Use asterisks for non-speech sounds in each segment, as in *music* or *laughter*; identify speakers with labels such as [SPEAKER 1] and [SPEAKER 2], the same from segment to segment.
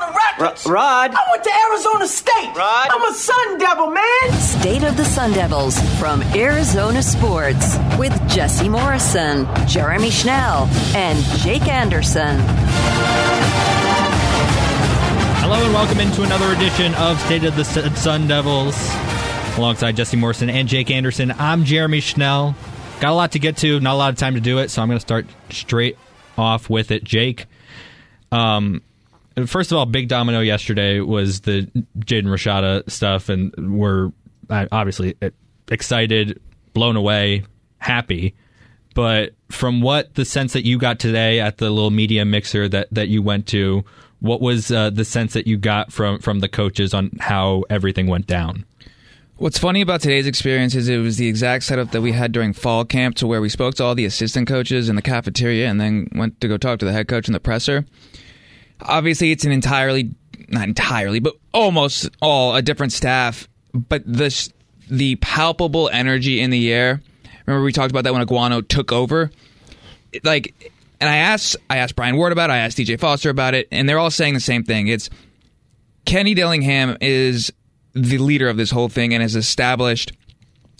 [SPEAKER 1] Rod.
[SPEAKER 2] Rod.
[SPEAKER 1] I went to Arizona State.
[SPEAKER 2] Rod.
[SPEAKER 1] I'm a Sun Devil, man.
[SPEAKER 3] State of the Sun Devils from Arizona Sports with Jesse Morrison, Jeremy Schnell, and Jake Anderson.
[SPEAKER 4] Hello and welcome into another edition of State of the Sun Sun Devils. Alongside Jesse Morrison and Jake Anderson, I'm Jeremy Schnell. Got a lot to get to, not a lot of time to do it, so I'm going to start straight off with it. Jake, um, first of all, big domino yesterday was the Jaden Rashada stuff, and we're uh, obviously uh, excited, blown away, happy. But from what the sense that you got today at the little media mixer that, that you went to, what was uh, the sense that you got from, from the coaches on how everything went down?
[SPEAKER 5] What's funny about today's experience is it was the exact setup that we had during fall camp to where we spoke to all the assistant coaches in the cafeteria and then went to go talk to the head coach and the presser. Obviously, it's an entirely, not entirely, but almost all a different staff, but the, the palpable energy in the air. Remember, we talked about that when Iguano took over? like and I asked I asked Brian Ward about it, I asked DJ Foster about it, and they're all saying the same thing. It's Kenny Dillingham is the leader of this whole thing and has established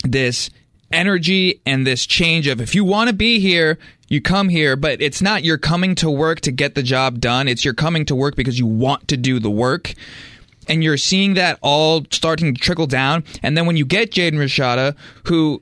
[SPEAKER 5] this energy and this change of if you want to be here, you come here, but it's not you're coming to work to get the job done. It's you're coming to work because you want to do the work. And you're seeing that all starting to trickle down. And then when you get Jaden Rashada, who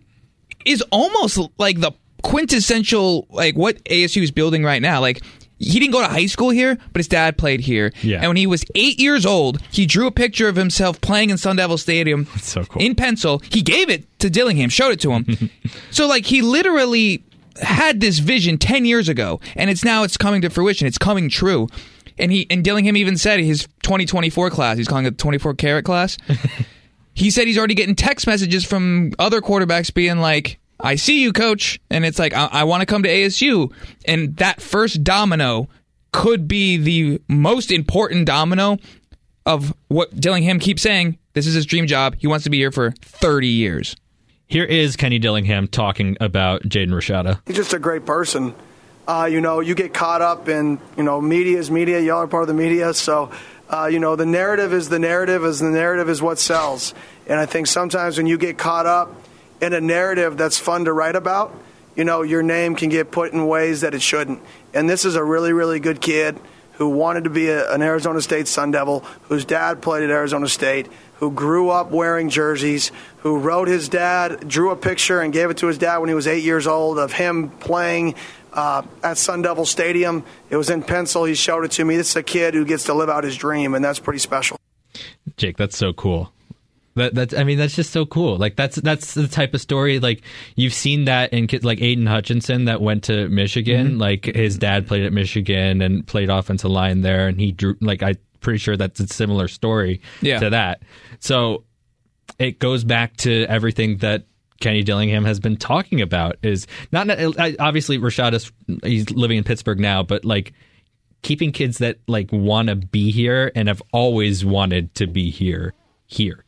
[SPEAKER 5] is almost like the quintessential like what ASU is building right now. Like he didn't go to high school here, but his dad played here.
[SPEAKER 4] Yeah.
[SPEAKER 5] And when he was eight years old, he drew a picture of himself playing in Sun Devil Stadium
[SPEAKER 4] so cool.
[SPEAKER 5] in pencil. He gave it to Dillingham, showed it to him.
[SPEAKER 4] *laughs*
[SPEAKER 5] so like he literally had this vision ten years ago, and it's now it's coming to fruition. It's coming true. And he and Dillingham even said his 2024 class. He's calling it the 24
[SPEAKER 4] *laughs*
[SPEAKER 5] carat class. he said he's already getting text messages from other quarterbacks being like, I see you, coach. And it's like, I, I want to come to ASU. And that first domino could be the most important domino of what Dillingham keeps saying. This is his dream job. He wants to be here for 30 years.
[SPEAKER 4] Here is Kenny Dillingham talking about Jaden Rashada.
[SPEAKER 6] he's just a great person. Uh, you know, you get caught up in you know media is media. Y'all are part of the media, so uh, you know the narrative is the narrative is the narrative is what sells. And I think sometimes when you get caught up in a narrative that's fun to write about, you know your name can get put in ways that it shouldn't. And this is a really really good kid who wanted to be a, an Arizona State Sun Devil, whose dad played at Arizona State, who grew up wearing jerseys, who wrote his dad, drew a picture, and gave it to his dad when he was eight years old of him playing uh, at Sun Devil Stadium. It was in pencil. He showed it to me. This is a kid who gets to live out his dream, and that's pretty special.
[SPEAKER 4] Jake, that's so cool. That that's I mean that's just so cool. Like that's that's the type of story like you've seen that in kids like Aiden Hutchinson that went to Michigan. Like his dad played at Michigan and played offensive line there, and he drew like I pretty sure that's a similar story
[SPEAKER 5] Yeah.
[SPEAKER 4] to that. So it goes back to everything that Kenny Dillingham has been talking about is not I- obviously Rashad is he's living in Pittsburgh now, but like keeping kids that like want to be here and have always wanted to be here here.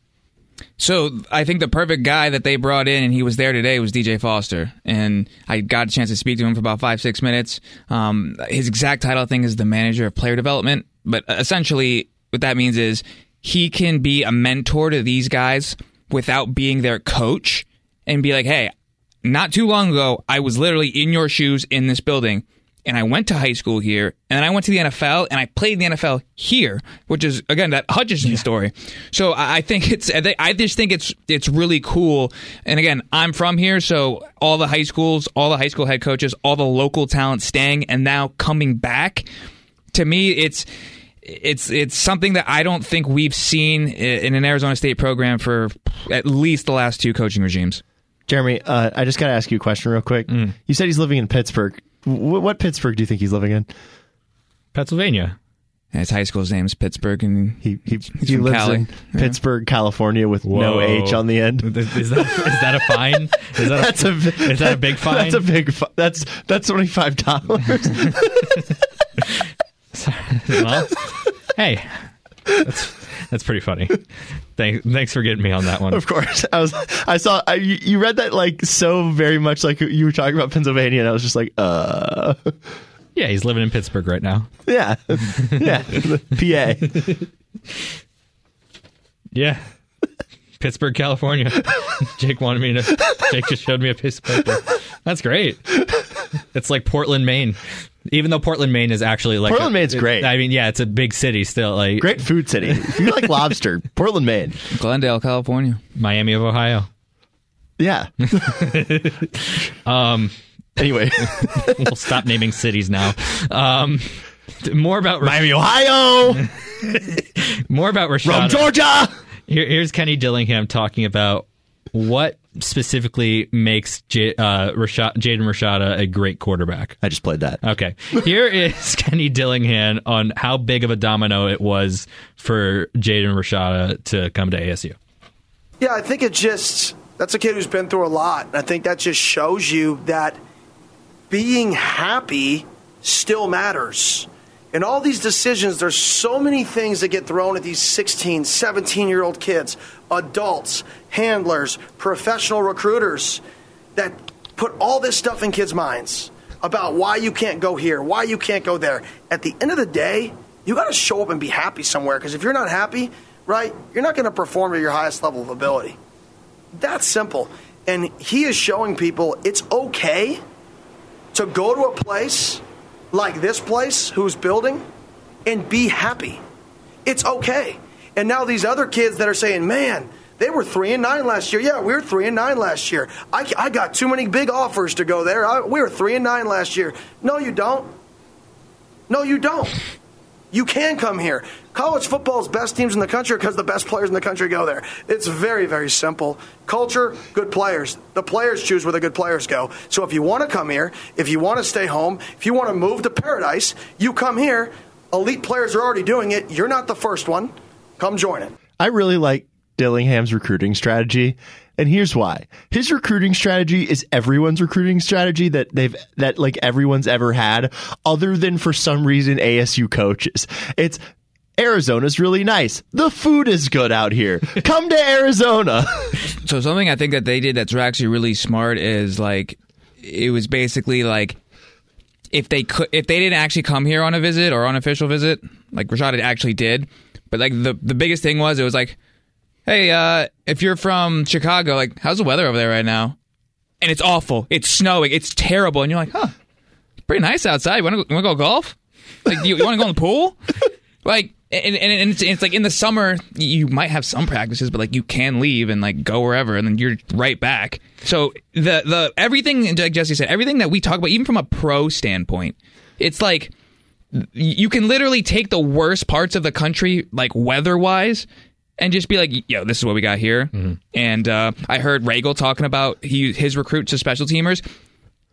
[SPEAKER 5] So I think the perfect guy that they brought in, and he was there today, was DJ Foster. And I got a chance to speak to him for about five, six minutes. Um, his exact title, I think, is the manager of player development. But essentially, what that means is he can be a mentor to these guys without being their coach and be like, hey, not too long ago, I was literally in your shoes in this building. And I went to high school here, and then I went to the NFL, and I played in the NFL here, which is again that Hutchinson story. So I I think it's, I think- I just think it's it's really cool. And again, I'm from here, so all the high schools, all the high school head coaches, all the local talent staying, and now coming back to me it's it's it's something that I don't think we've seen i- in an Arizona State program for at least the last two coaching regimes.
[SPEAKER 2] Jeremy, uh, I just got to ask you a question real quick.
[SPEAKER 5] Mm.
[SPEAKER 2] You said he's living in Pittsburgh. W- what Pittsburgh do you think he's living in?
[SPEAKER 4] Pennsylvania.
[SPEAKER 5] And his high school's name is Pittsburgh, and
[SPEAKER 2] He he,
[SPEAKER 5] He's
[SPEAKER 2] he
[SPEAKER 5] from
[SPEAKER 2] lives
[SPEAKER 5] Cali.
[SPEAKER 2] in Pittsburgh, California, with no H on the
[SPEAKER 5] *laughs*
[SPEAKER 2] end.
[SPEAKER 4] Is, is that, is that a fine? Is that
[SPEAKER 2] That's a
[SPEAKER 4] is that a big fine?
[SPEAKER 2] *laughs* That's a big. Fi- that's that's twenty
[SPEAKER 5] *laughs*
[SPEAKER 2] five dollars.
[SPEAKER 4] well, hey, that's that's pretty funny. Thanks, thanks for getting me on that one.
[SPEAKER 2] Of course, I was. I saw I, you you read that like so very much like you were talking about Pennsylvania, and I was just like, uh, *laughs*
[SPEAKER 4] Yeah, he's living in Pittsburgh right now.
[SPEAKER 5] *laughs*
[SPEAKER 2] Yeah, yeah. *laughs* PA.
[SPEAKER 4] Yeah. Pittsburgh, California. *laughs* Jake wanted me to. Jake just showed me a piece of paper. That's great. It's like Portland, Maine. Even though Portland, Maine is actually like
[SPEAKER 2] Portland, Maine's
[SPEAKER 4] it-
[SPEAKER 2] great.
[SPEAKER 4] I mean, yeah, it's a big city still. Like
[SPEAKER 2] Great food city. If you like lobster, Portland, Maine.
[SPEAKER 5] Glendale, California.
[SPEAKER 4] Miami of
[SPEAKER 2] *laughs*
[SPEAKER 4] Ohio.
[SPEAKER 5] *laughs*
[SPEAKER 2] Yeah. *laughs* um.
[SPEAKER 5] Um,
[SPEAKER 2] Anyway,
[SPEAKER 4] We'll stop naming cities now. Um, more about
[SPEAKER 2] Miami, Ohio,
[SPEAKER 4] *laughs* more about
[SPEAKER 2] from
[SPEAKER 4] Rashad.
[SPEAKER 2] Georgia.
[SPEAKER 4] Here, here's Kenny Dillingham talking about what specifically makes J- uh, Rashad, Jaden Rashada a great quarterback.
[SPEAKER 2] I just played that.
[SPEAKER 4] Okay.
[SPEAKER 2] *laughs*
[SPEAKER 4] Here is Kenny Dillingham on how big of a domino it was for Jaden Rashada to come to ASU.
[SPEAKER 6] Yeah, I think it just that's a kid who's been through a lot. And I think that just shows you that being happy still matters. And all these decisions, there's so many things that get thrown at these 16, 17 year old kids, adults, handlers, professional recruiters that put all this stuff in kids' minds about why you can't go here, why you can't go there. At the end of the day, you got to show up and be happy somewhere because if you're not happy, right, you're not going to perform at your highest level of ability. That's simple. And he is showing people it's okay to go to a place like this place who's building and be happy. It's okay. And now these other kids that are saying, man, they were three and nine last year. Yeah, we were three and nine last year. I, I got too many big offers to go there. I, we were three and nine last year. No, you don't. No, you don't. You can come here. College football's best teams in the country because the best players in the country go there. It's very, very simple. Culture, good players. The players choose where the good players go. So if you want to come here, if you want to stay home, if you want to move to paradise, you come here. Elite players are already doing it. You're not the first one. Come join it.
[SPEAKER 2] I really like Dillingham's recruiting strategy, and here's why. His recruiting strategy is everyone's recruiting strategy that they've that like everyone's ever had, other than for some reason ASU coaches. It's Arizona's really nice. The food is good out here. Come to Arizona. *laughs*
[SPEAKER 5] So something I think that they did that's actually really smart is like it was basically like if they could if they didn't actually come here on a visit or on official visit, like Rashad actually did, but like the the biggest thing was it was like, hey, uh, if you're from Chicago, like how's the weather over there right now? And it's awful. It's snowing. It's terrible. And you're like, huh, pretty nice outside. Want to go, wanna go golf? Like you, you want to go in the pool? like and, and, and it's, it's like in the summer you might have some practices but like you can leave and like go wherever and then you're right back so the the everything and like jesse said everything that we talk about even from a pro standpoint it's like you can literally take the worst parts of the country like weather wise and just be like yo this is what we got here
[SPEAKER 4] Mm-hmm.
[SPEAKER 5] and uh, i heard Regal talking about he, his recruits to special teamers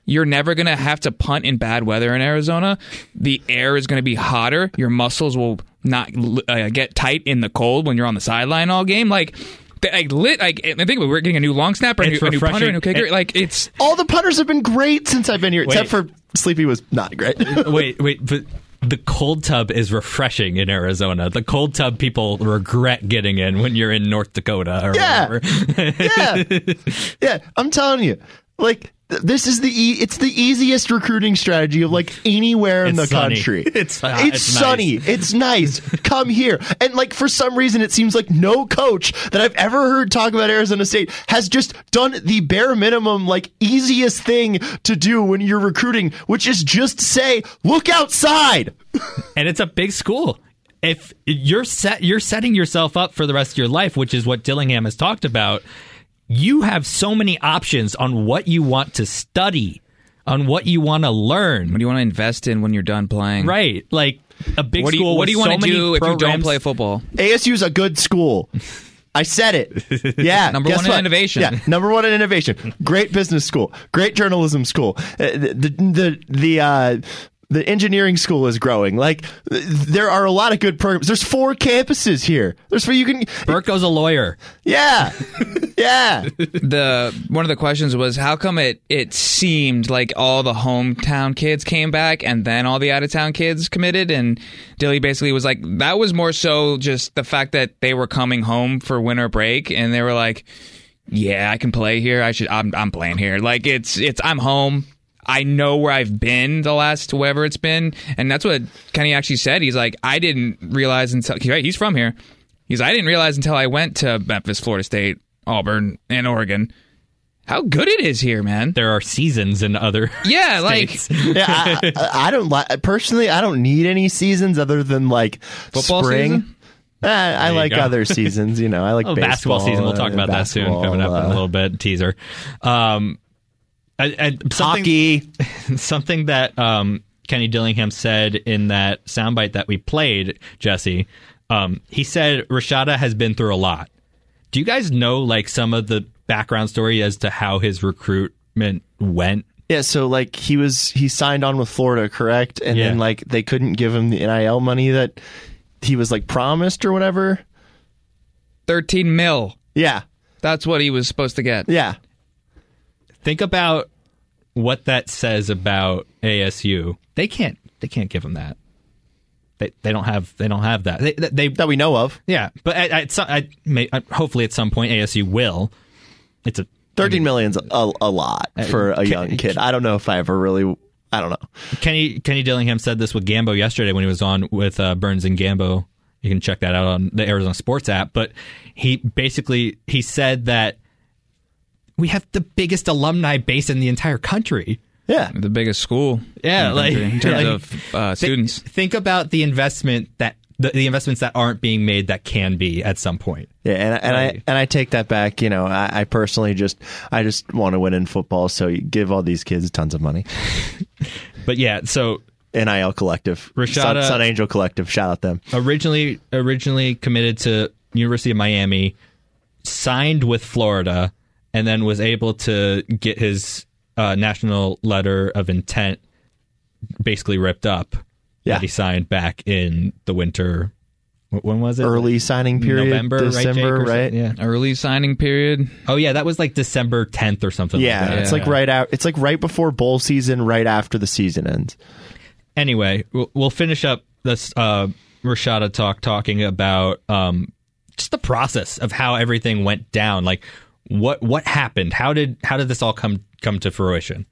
[SPEAKER 5] you're never going to have to punt in bad weather in Arizona. The air is going to be hotter. Your muscles will not uh, get tight in the cold when you're on the sideline all game. Like, th- like lit. Like, I think we're getting a new long snapper, a new,
[SPEAKER 4] It's
[SPEAKER 5] a new punter, a new
[SPEAKER 4] refreshing.
[SPEAKER 5] kicker.
[SPEAKER 4] It-
[SPEAKER 5] like, it's
[SPEAKER 2] All the punters have been great since I've been here, except for
[SPEAKER 4] Wait.
[SPEAKER 2] Sleepy was not great. *laughs*
[SPEAKER 4] Wait, wait, but the cold tub is refreshing in Arizona. The cold tub people regret getting in when you're in North Dakota or
[SPEAKER 2] Yeah.
[SPEAKER 4] whatever. *laughs*
[SPEAKER 2] yeah, yeah. I'm telling you, like th- this is the e- it's the easiest recruiting strategy of like anywhere in
[SPEAKER 4] It's
[SPEAKER 2] the
[SPEAKER 4] sunny.
[SPEAKER 2] country.
[SPEAKER 4] *laughs* It's- uh,
[SPEAKER 2] it's,
[SPEAKER 4] it's nice.
[SPEAKER 2] sunny. It's nice. Come here, and like for some reason, it seems like no coach that I've ever heard talk about Arizona State has just done the bare minimum, like easiest thing to do when you're recruiting, which is just say, look outside.
[SPEAKER 4] and it's a big school. If you're set, you're setting yourself up for the rest of your life, which is what Dillingham has talked about. You have so many options on what you want to study, on what you want to
[SPEAKER 5] what
[SPEAKER 4] learn.
[SPEAKER 5] do you want to invest in when you're done playing?
[SPEAKER 4] Right, like a big
[SPEAKER 5] What do you,
[SPEAKER 4] school.
[SPEAKER 5] what do you want to do if you don't play
[SPEAKER 4] football?
[SPEAKER 5] football?
[SPEAKER 2] ASU is a good school. I
[SPEAKER 4] *laughs*
[SPEAKER 2] said it. Yeah.
[SPEAKER 5] Number
[SPEAKER 2] guess
[SPEAKER 5] one in
[SPEAKER 2] what?
[SPEAKER 5] innovation.
[SPEAKER 2] Yeah. Number one in innovation. Great business school. Great journalism school. Uh, The the the, the uh, the engineering school is growing. Like th- there are a lot of good programs. There's four campuses here. There's where you can.
[SPEAKER 4] Burko's a lawyer.
[SPEAKER 2] Yeah. Yeah.
[SPEAKER 5] the one of the questions was how come it it seemed like all the hometown kids came back and then all the out of town kids committed and Dilly basically was like that was more so just the fact that they were coming home for winter break and they were like yeah I can play here I should I'm I'm playing here like it's it's I'm home I know where I've been the last whatever it's been, and that's what Kenny actually said. He's like, I didn't realize until right, he's from here. He's I didn't realize until I went to Memphis, Florida State, Auburn, and Oregon how good it is here, man.
[SPEAKER 4] There are seasons in
[SPEAKER 5] *laughs*
[SPEAKER 4] other.
[SPEAKER 5] Yeah, like
[SPEAKER 4] states.
[SPEAKER 2] Yeah, I, I- I don't like personally. I don't need any seasons other than like
[SPEAKER 5] Football
[SPEAKER 2] spring.
[SPEAKER 5] season?
[SPEAKER 2] Eh, I
[SPEAKER 4] you
[SPEAKER 2] like
[SPEAKER 4] go.
[SPEAKER 2] other seasons. You know, I
[SPEAKER 4] *laughs*
[SPEAKER 2] like
[SPEAKER 4] Oh, basketball,
[SPEAKER 2] baseball,
[SPEAKER 4] season. We'll
[SPEAKER 2] uh,
[SPEAKER 4] talk about that soon.
[SPEAKER 2] basketball,
[SPEAKER 4] Coming up in a
[SPEAKER 2] uh,
[SPEAKER 4] little bit. Teaser. Um, I- I- something,
[SPEAKER 2] Hockey.
[SPEAKER 4] *laughs* something that um, Kenny Dillingham said in that soundbite that we played, Jesse. Um, he said Rashada has been through a lot. Do you guys know like some of the background story as to how his recruitment went?
[SPEAKER 2] Yeah, so like he was he signed on with Florida, correct? And
[SPEAKER 4] Yeah.
[SPEAKER 2] then like they couldn't give him the NIL money that he was like promised or whatever.
[SPEAKER 5] 13 mil.
[SPEAKER 2] Yeah.
[SPEAKER 5] That's what he was supposed to get.
[SPEAKER 2] Yeah.
[SPEAKER 4] Think about what that says about ASU. They can't. They can't give him that. They, they don't have they don't have that. They, they, they
[SPEAKER 2] That we know of.
[SPEAKER 4] Yeah, but at, at some, I may, uh, hopefully at some point ASU will. It's a
[SPEAKER 2] Thirteen million's a, a lot for a young kid. I don't know if I ever really I don't know.
[SPEAKER 4] Kenny Kenny Dillingham said this with Gambo yesterday when he was on with uh, Burns and Gambo. You can check that out on the Arizona Sports app. But he basically he said that we have the biggest alumni base in the entire country.
[SPEAKER 2] Yeah.
[SPEAKER 5] The biggest school.
[SPEAKER 4] Yeah,
[SPEAKER 5] in,
[SPEAKER 4] like
[SPEAKER 5] in terms
[SPEAKER 4] like,
[SPEAKER 5] of uh,
[SPEAKER 4] thi-
[SPEAKER 5] students.
[SPEAKER 4] Think about the investment that the, the investments that aren't being made that can be at some point.
[SPEAKER 2] Yeah, and, and I
[SPEAKER 4] Right.
[SPEAKER 2] and I take that back. You know, I, I personally just I just want to win in football, so you give all these kids tons of money.
[SPEAKER 4] But yeah, so
[SPEAKER 2] NIL Collective, Sun,
[SPEAKER 4] Rashada-
[SPEAKER 2] Sun Angel Collective, shout out them.
[SPEAKER 4] originally originally committed to University of Miami, signed with Florida, and then was able to get his uh, national letter of intent basically ripped up.
[SPEAKER 2] Yeah.
[SPEAKER 4] that he signed back in the winter. wh- When was it?
[SPEAKER 2] Early signing period,
[SPEAKER 4] November, right, Jake,
[SPEAKER 2] December,
[SPEAKER 4] or
[SPEAKER 2] right?
[SPEAKER 4] something? Yeah.
[SPEAKER 5] Early signing period.
[SPEAKER 4] Oh yeah, that was like December tenth or something.
[SPEAKER 2] Yeah,
[SPEAKER 4] like that.
[SPEAKER 2] it's like right out. It's like right before bowl season, right after the season ends.
[SPEAKER 4] anyway, we'll, we'll finish up this uh, Rashada talk talking about um, just the process of how everything went down. Like what what happened? How did how did this all come come to fruition?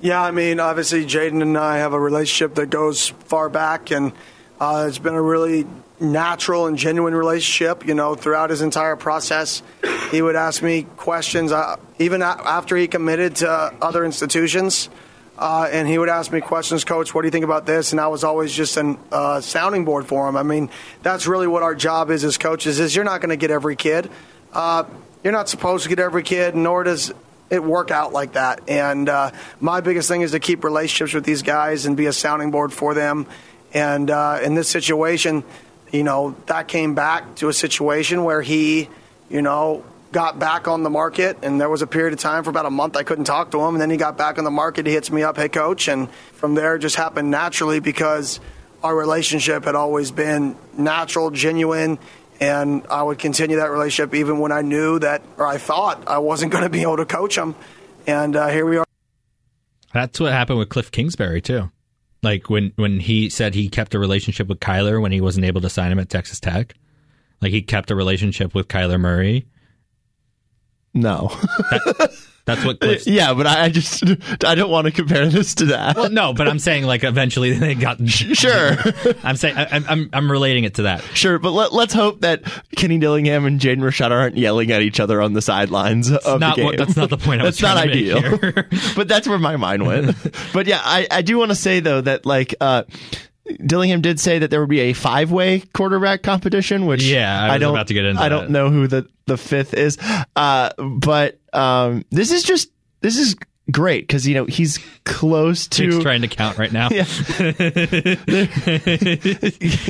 [SPEAKER 6] Yeah, I mean, obviously, Jaden and I have a relationship that goes far back, and uh, it's been a really natural and genuine relationship. You know, throughout his entire process, he would ask me questions, uh, even a- after he committed to other institutions. Uh, and he would ask me questions, Coach, what do you think about this? And I was always just a uh, sounding board for him. I mean, that's really what our job is as coaches is you're not going to get every kid. Uh, you're not supposed to get every kid, nor does it work out like that. And uh, my biggest thing is to keep relationships with these guys and be a sounding board for them. And uh, in this situation, you know, that came back to a situation where he, you know, got back on the market. And there was a period of time for about a month I couldn't talk to him. And then he got back on the market. He hits me up, hey, coach. And from there, it just happened naturally because our relationship had always been natural, genuine, and I would continue that relationship even when I knew that, or I thought I wasn't going to be able to coach him. And uh, here we are.
[SPEAKER 4] That's what happened with Cliff Kingsbury too. Like when when he said he kept a relationship with Kyler when he wasn't able to sign him at Texas Tech. Like he kept a relationship with Kyler Murray.
[SPEAKER 2] No,
[SPEAKER 4] That's what Cliff.
[SPEAKER 2] *laughs* yeah, but I I just *laughs* I don't want to compare this to that.
[SPEAKER 4] Well, no, but I'm saying like eventually *laughs* they got.
[SPEAKER 2] sure,
[SPEAKER 4] *laughs* I'm saying I, I'm- I'm I'm relating it to that.
[SPEAKER 2] *laughs* sure, but let, let's hope that Kenny Dillingham and Jaden Rashada aren't yelling at each other on the sidelines of
[SPEAKER 4] Not
[SPEAKER 2] the game.
[SPEAKER 4] what, that's not the point.
[SPEAKER 2] *laughs*
[SPEAKER 4] I was
[SPEAKER 2] that's not
[SPEAKER 4] trying to make
[SPEAKER 2] ideal. *laughs*
[SPEAKER 4] here. *laughs*
[SPEAKER 2] but that's where my mind went. but yeah, I, I do want to say though that like uh Dillingham did say that there would be a five way quarterback competition, which
[SPEAKER 4] Yeah, I was
[SPEAKER 2] don't
[SPEAKER 4] about to get into
[SPEAKER 2] I don't
[SPEAKER 4] that.
[SPEAKER 2] know who the, the fifth is. Uh but um this is just this is great because you know he's close
[SPEAKER 4] Jake's
[SPEAKER 2] to
[SPEAKER 4] trying to count right now. *laughs*
[SPEAKER 2] Yeah.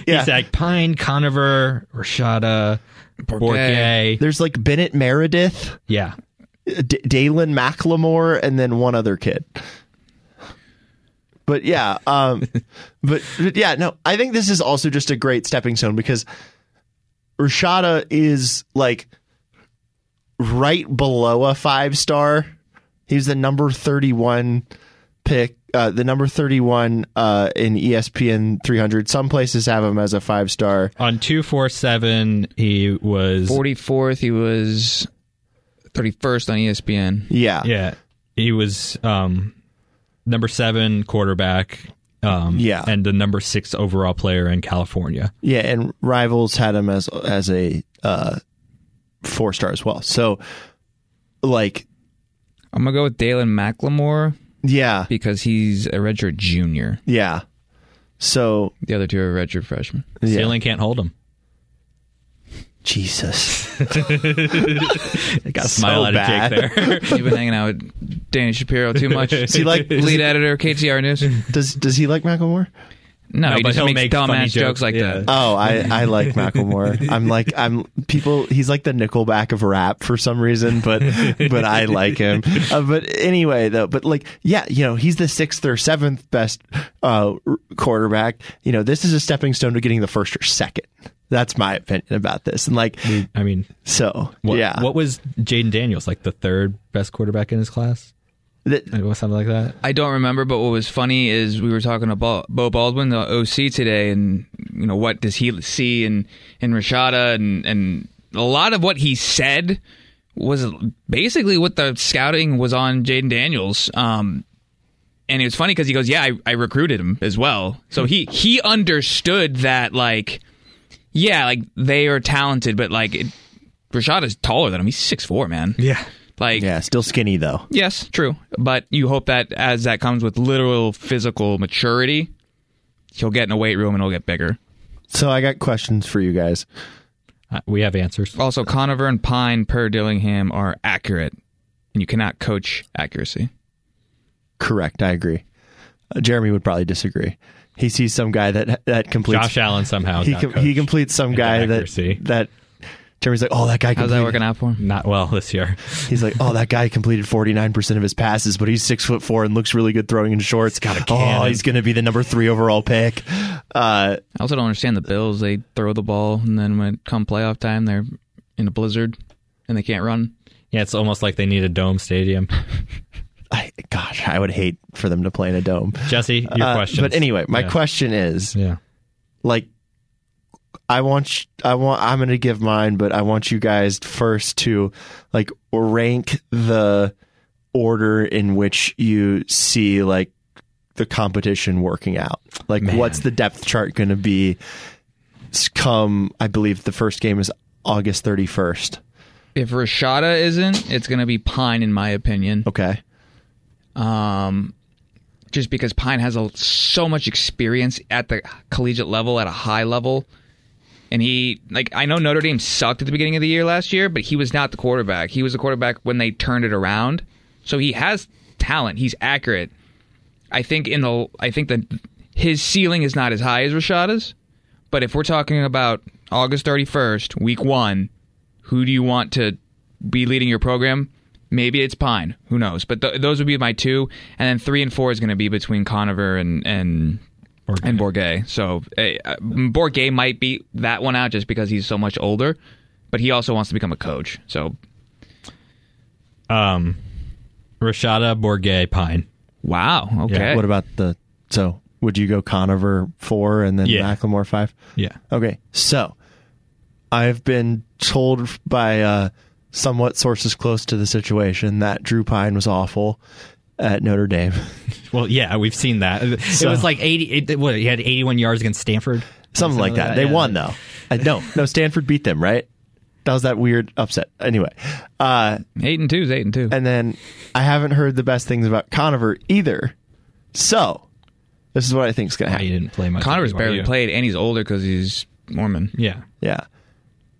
[SPEAKER 4] He's like Pine, Conover, Rashada, Borgay.
[SPEAKER 2] there's like Bennett Meredith,
[SPEAKER 4] Yeah.
[SPEAKER 2] D- Dalen McLemore, and then one other kid. But yeah, um, but, but yeah, no, I think this is also just a great stepping stone because Rashada is like right below a five star. He's the number 31 pick, uh, the number 31 uh, in ESPN 300. Some places have him as a five star.
[SPEAKER 4] On 247, he was.
[SPEAKER 5] 44th, he was 31st on E ESPN.
[SPEAKER 2] Yeah.
[SPEAKER 4] Yeah. He was um, number seven quarterback. Um,
[SPEAKER 2] Yeah.
[SPEAKER 4] and the number six overall player in California.
[SPEAKER 2] Yeah, and Rivals had him as as a uh, four star as well. So, like,
[SPEAKER 5] I'm gonna go with Dalen McLemore
[SPEAKER 2] yeah,
[SPEAKER 5] because he's a redshirt junior.
[SPEAKER 2] yeah. So,
[SPEAKER 5] The other two are redshirt freshmen.
[SPEAKER 2] yeah.
[SPEAKER 4] Ceiling can't hold him. *laughs*
[SPEAKER 2] Jesus, *laughs*
[SPEAKER 4] Got a smile
[SPEAKER 2] So
[SPEAKER 4] out of Jake there. *laughs*
[SPEAKER 5] You've been hanging out with Danny Shapiro too much.
[SPEAKER 2] does he like does
[SPEAKER 5] Lead
[SPEAKER 2] he,
[SPEAKER 5] editor KTR News.
[SPEAKER 2] does does he like Macklemore?
[SPEAKER 5] No,
[SPEAKER 4] No,
[SPEAKER 5] he
[SPEAKER 4] but
[SPEAKER 5] just
[SPEAKER 4] he'll
[SPEAKER 5] makes
[SPEAKER 4] make funny
[SPEAKER 5] dumbass jokes,
[SPEAKER 4] jokes,
[SPEAKER 5] like
[SPEAKER 4] yeah.
[SPEAKER 5] that.
[SPEAKER 2] Oh, I I like Macklemore. I'm like I'm people. He's like the Nickelback of rap for some reason, but but I like him. Uh, but anyway, though, but like yeah, you know, he's the sixth or seventh best uh, r- quarterback. You know, this is a stepping stone to getting the first or second. That's my opinion about this. And like,
[SPEAKER 4] I mean,
[SPEAKER 2] so
[SPEAKER 4] Hmm. what,
[SPEAKER 2] yeah,
[SPEAKER 4] What was Jaden Daniels like? The third best quarterback in his class,
[SPEAKER 2] Th-
[SPEAKER 4] Like, what- something like that.
[SPEAKER 5] I don't remember, but what was funny is we were talking about Bo Baldwin, the OC today, and you know what does he see in in Rashada, and and a lot of what he said was basically what the scouting was on Jaden Daniels. Um, and it was funny because he goes, "Yeah, I, I recruited him as well." So he he understood that, like, yeah, like they are talented, but like it, Rashada's taller than him. He's six four, man.
[SPEAKER 4] Yeah,
[SPEAKER 5] Like,
[SPEAKER 2] yeah, still skinny though.
[SPEAKER 5] Yes, true. But you hope that as that comes with literal physical maturity, he'll get in a weight room and he'll get bigger.
[SPEAKER 2] So I got questions for you guys.
[SPEAKER 4] Uh, we have answers.
[SPEAKER 5] Also, Conover and Pine per Dillingham are accurate, and you cannot coach accuracy.
[SPEAKER 2] Correct, I agree. Uh, Jeremy would probably disagree. He sees some guy that that completes
[SPEAKER 4] Josh Allen somehow
[SPEAKER 2] he
[SPEAKER 4] got
[SPEAKER 2] com-
[SPEAKER 4] coached.
[SPEAKER 2] he completes some guy
[SPEAKER 4] accuracy.
[SPEAKER 2] that that Jeremy's like, oh that guy.
[SPEAKER 5] How's that
[SPEAKER 2] completed-"
[SPEAKER 5] working out for him?
[SPEAKER 4] not well this year.
[SPEAKER 2] He's like, oh that guy completed forty nine percent of his passes, but he's six foot four and looks really good throwing in shorts.
[SPEAKER 4] got a
[SPEAKER 2] oh,
[SPEAKER 4] cannon.
[SPEAKER 2] he's going to be the number three overall pick. Uh,
[SPEAKER 5] I also don't understand the Bills. They throw the ball, and then when it come playoff time, they're in a blizzard and they can't run.
[SPEAKER 4] Yeah, it's almost like they need a dome
[SPEAKER 2] *laughs*
[SPEAKER 4] stadium.
[SPEAKER 2] I, gosh, I would hate for them to play in a dome.
[SPEAKER 4] Jesse, your
[SPEAKER 2] Uh,
[SPEAKER 4] question.
[SPEAKER 2] But anyway, my
[SPEAKER 4] Yeah.
[SPEAKER 2] question is,
[SPEAKER 4] Yeah.
[SPEAKER 2] like I want sh- I want I'm going to give mine, but I want you guys first to like rank the order in which you see like the competition working out. Like what's the depth chart going to be s- come I believe the first game is August 31st.
[SPEAKER 5] If Rashada isn't, it's going to be Pine, in my opinion.
[SPEAKER 2] Okay.
[SPEAKER 5] just because Pine has a, so much experience at the collegiate level, at a high level. And he, like, I know Notre Dame sucked at the beginning of the year last year, but he was not the quarterback. He was the quarterback when they turned it around. So he has talent. He's accurate. I think in the, I think that his ceiling is not as high as Rashada's. But if we're talking about August 31st, week one, who do you want to be leading your program? Maybe it's Pine. Who knows? But th- those would be my two, and then three and four is going to be between Conover and and and Borgay. So eh, uh, Borgay might beat that one out just because he's so much older, but he also wants to become a coach. So
[SPEAKER 4] Um, Rashada Borgay Pine.
[SPEAKER 5] wow, okay.
[SPEAKER 2] What about the so would you go Conover 4 and then
[SPEAKER 4] Yeah.
[SPEAKER 2] Macklemore 5?
[SPEAKER 4] Yeah.
[SPEAKER 2] Okay, so I've been told by uh, somewhat sources close to the situation that Drew Pine was awful at Notre Dame. *laughs*
[SPEAKER 4] Well, yeah, we've seen that. It
[SPEAKER 2] So-
[SPEAKER 4] was like eighty. It, what he had eighty-one yards against Stanford.
[SPEAKER 2] Something like that. They
[SPEAKER 4] yeah.
[SPEAKER 2] won though. I, no, no, Stanford beat them, right? That was that weird upset. Anyway, uh,
[SPEAKER 5] eight and two is eight and two.
[SPEAKER 2] and then I haven't heard the best things about Conover either. So this is what I think is going
[SPEAKER 4] Yeah,
[SPEAKER 2] to happen.
[SPEAKER 4] he didn't play much.
[SPEAKER 5] Conover's
[SPEAKER 4] at BYU.
[SPEAKER 5] barely played, and he's older because he's Mormon.
[SPEAKER 4] Yeah,
[SPEAKER 2] Yeah,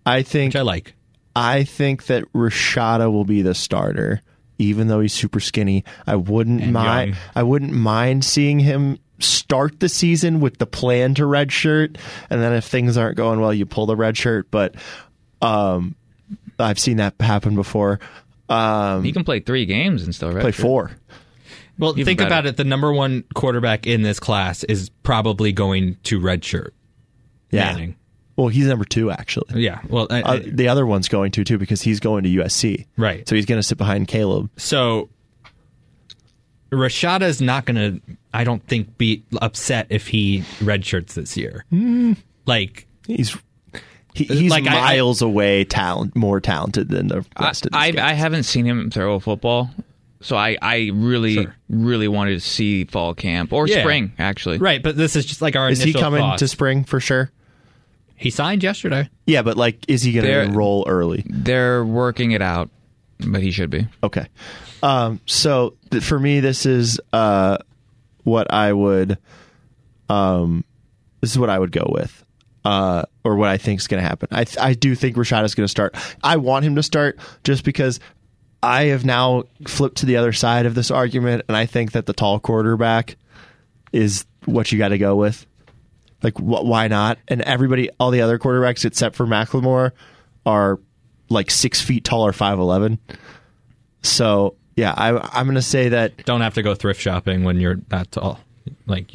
[SPEAKER 2] I think
[SPEAKER 4] which I like.
[SPEAKER 2] I think that Rashada will be the starter, even though he's super skinny. I wouldn't mind.
[SPEAKER 4] young.
[SPEAKER 2] I wouldn't mind seeing him start the season with the plan to redshirt, and then if things aren't going well, you pull the redshirt. But um, I've seen that happen before. Um,
[SPEAKER 5] He can play three games and still right.
[SPEAKER 2] play four.
[SPEAKER 4] Well,
[SPEAKER 5] Even
[SPEAKER 4] think
[SPEAKER 5] better.
[SPEAKER 4] about it. The number one quarterback in this class is probably going to redshirt.
[SPEAKER 2] Yeah.
[SPEAKER 4] Manning.
[SPEAKER 2] Well, he's number two actually.
[SPEAKER 4] Yeah. Well, I,
[SPEAKER 2] Uh,
[SPEAKER 4] I-
[SPEAKER 2] the other one's going to too because he's going to USC.
[SPEAKER 4] Right.
[SPEAKER 2] So he's going to sit behind Caleb.
[SPEAKER 4] so Rashada's not going to. I don't think be upset if he redshirts this year.
[SPEAKER 2] Hmm.
[SPEAKER 4] Like
[SPEAKER 2] He's he, he's
[SPEAKER 4] Like, I- I-
[SPEAKER 2] miles away talent more talented than the
[SPEAKER 5] I,
[SPEAKER 2] rest of these
[SPEAKER 5] I,
[SPEAKER 2] guys.
[SPEAKER 5] I haven't seen him throw a football, So I, I really,
[SPEAKER 4] Sure.
[SPEAKER 5] really wanted to see fall camp or
[SPEAKER 4] Yeah.
[SPEAKER 5] spring, actually.
[SPEAKER 4] Right, but this is just like our
[SPEAKER 2] Is he
[SPEAKER 4] initial
[SPEAKER 2] coming
[SPEAKER 4] thoughts.
[SPEAKER 2] to spring for sure?
[SPEAKER 4] He signed yesterday.
[SPEAKER 2] Yeah, but like, is he going to
[SPEAKER 5] There-
[SPEAKER 2] enroll early?
[SPEAKER 5] They're working it out, but he should be.
[SPEAKER 2] Okay. Um, so th- for me, this is uh, what I would. Um, this is what I would go with, uh, or what I think is going to happen. I th- I do think Rashad is going to start. I want him to start just because I have now flipped to the other side of this argument, and I think that the tall quarterback is what you got to go with. Like, wh- why not? And everybody, all the other quarterbacks except for Macklemore, are like six feet tall or five eleven. So yeah, I, I'm going to say that
[SPEAKER 4] Don't have to go thrift shopping when you're that tall. Like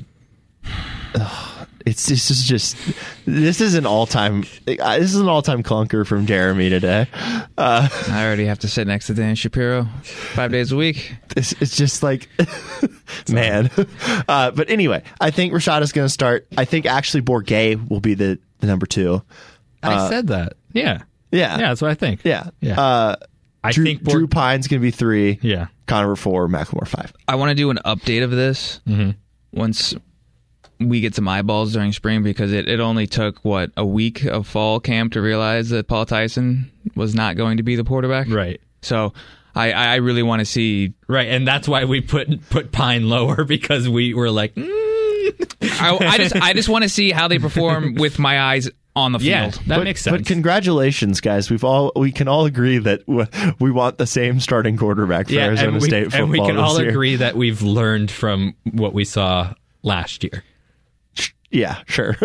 [SPEAKER 2] it's this is just this is an all time this is an all time clunker from Jeremy today.
[SPEAKER 5] I already have to sit next to Dan Shapiro five days a week.
[SPEAKER 2] It's, it's just like *laughs* man. Uh, but anyway, I think Rashad is going to start. I think actually Borgay will be the, the number two.
[SPEAKER 4] I said that. Uh, Yeah.
[SPEAKER 2] Yeah.
[SPEAKER 4] Yeah, that's what I think.
[SPEAKER 2] Yeah,
[SPEAKER 4] Yeah.
[SPEAKER 2] Uh,
[SPEAKER 4] I
[SPEAKER 2] Drew,
[SPEAKER 4] think Borg-
[SPEAKER 2] Drew Pine's going to be three.
[SPEAKER 4] Yeah.
[SPEAKER 2] Conover four, Macklemore five.
[SPEAKER 5] I want to do an update of this
[SPEAKER 4] Mm-hmm.
[SPEAKER 5] once we get some eyeballs during spring because it, it only took, what, a week of fall camp to realize that Paul Tyson was not going to be the quarterback.
[SPEAKER 4] Right.
[SPEAKER 5] So I, I really want to see.
[SPEAKER 4] Right, and that's why we put put Pine lower *laughs* because we were like, mm.
[SPEAKER 5] I, I just I just want to see how they perform with my eyes on the
[SPEAKER 4] yeah,
[SPEAKER 5] field.
[SPEAKER 4] that
[SPEAKER 2] but,
[SPEAKER 4] makes
[SPEAKER 2] But
[SPEAKER 4] sense.
[SPEAKER 2] congratulations, guys. We've all we can all agree that w- we want the same starting quarterback for
[SPEAKER 4] yeah,
[SPEAKER 2] Arizona
[SPEAKER 4] and we,
[SPEAKER 2] State football
[SPEAKER 4] and we can
[SPEAKER 2] this
[SPEAKER 4] all
[SPEAKER 2] year.
[SPEAKER 4] agree that we've learned from what we saw last year.
[SPEAKER 2] Yeah, sure.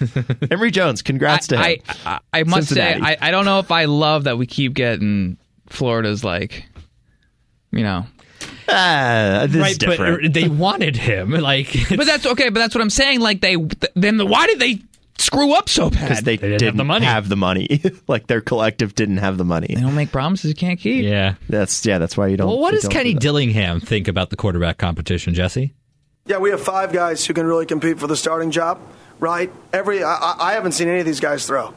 [SPEAKER 2] *laughs* Emery Jones, congrats to
[SPEAKER 5] I,
[SPEAKER 2] him.
[SPEAKER 5] I, I must
[SPEAKER 2] Cincinnati.
[SPEAKER 5] say, I, I don't know if I love that we keep getting Florida's like, you know,
[SPEAKER 2] Ah, this is
[SPEAKER 4] right,
[SPEAKER 2] different.
[SPEAKER 4] but they wanted him. *laughs* Like,
[SPEAKER 5] but that's okay. But that's what I'm saying. Like they, th- then the, why did they screw up so bad?
[SPEAKER 2] they,
[SPEAKER 4] didn't have
[SPEAKER 2] didn't,
[SPEAKER 4] the money.
[SPEAKER 2] have the money. *laughs* like their collective didn't have the money.
[SPEAKER 5] They don't make promises you can't keep.
[SPEAKER 4] yeah.
[SPEAKER 2] That's yeah. That's why you don't.
[SPEAKER 4] Well, what
[SPEAKER 2] you
[SPEAKER 4] does
[SPEAKER 2] don't
[SPEAKER 4] Kenny
[SPEAKER 2] do that.
[SPEAKER 4] Dillingham think about the quarterback competition, Jesse?
[SPEAKER 6] Yeah, we have five guys who can really compete for the starting job, right? Every I- I, I haven't seen any of these guys throw,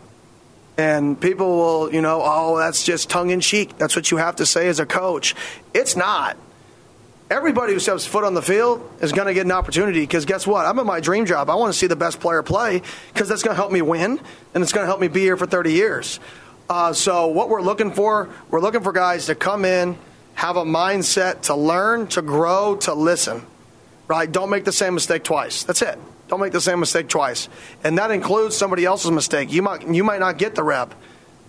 [SPEAKER 6] and people will, you know, oh, that's just tongue in cheek. That's what you have to say as a coach. It's not. Everybody who steps foot on the field is going to get an opportunity because guess what? I'm at my dream job. I want to see the best player play because that's going to help me win and it's going to help me be here for 30 years. Uh, so, what we're looking for, we're looking for guys to come in, have a mindset to learn, to grow, to listen right? Don't make the same mistake twice. That's it. Don't make the same mistake twice. And that includes somebody else's mistake. You might you might not get the rep,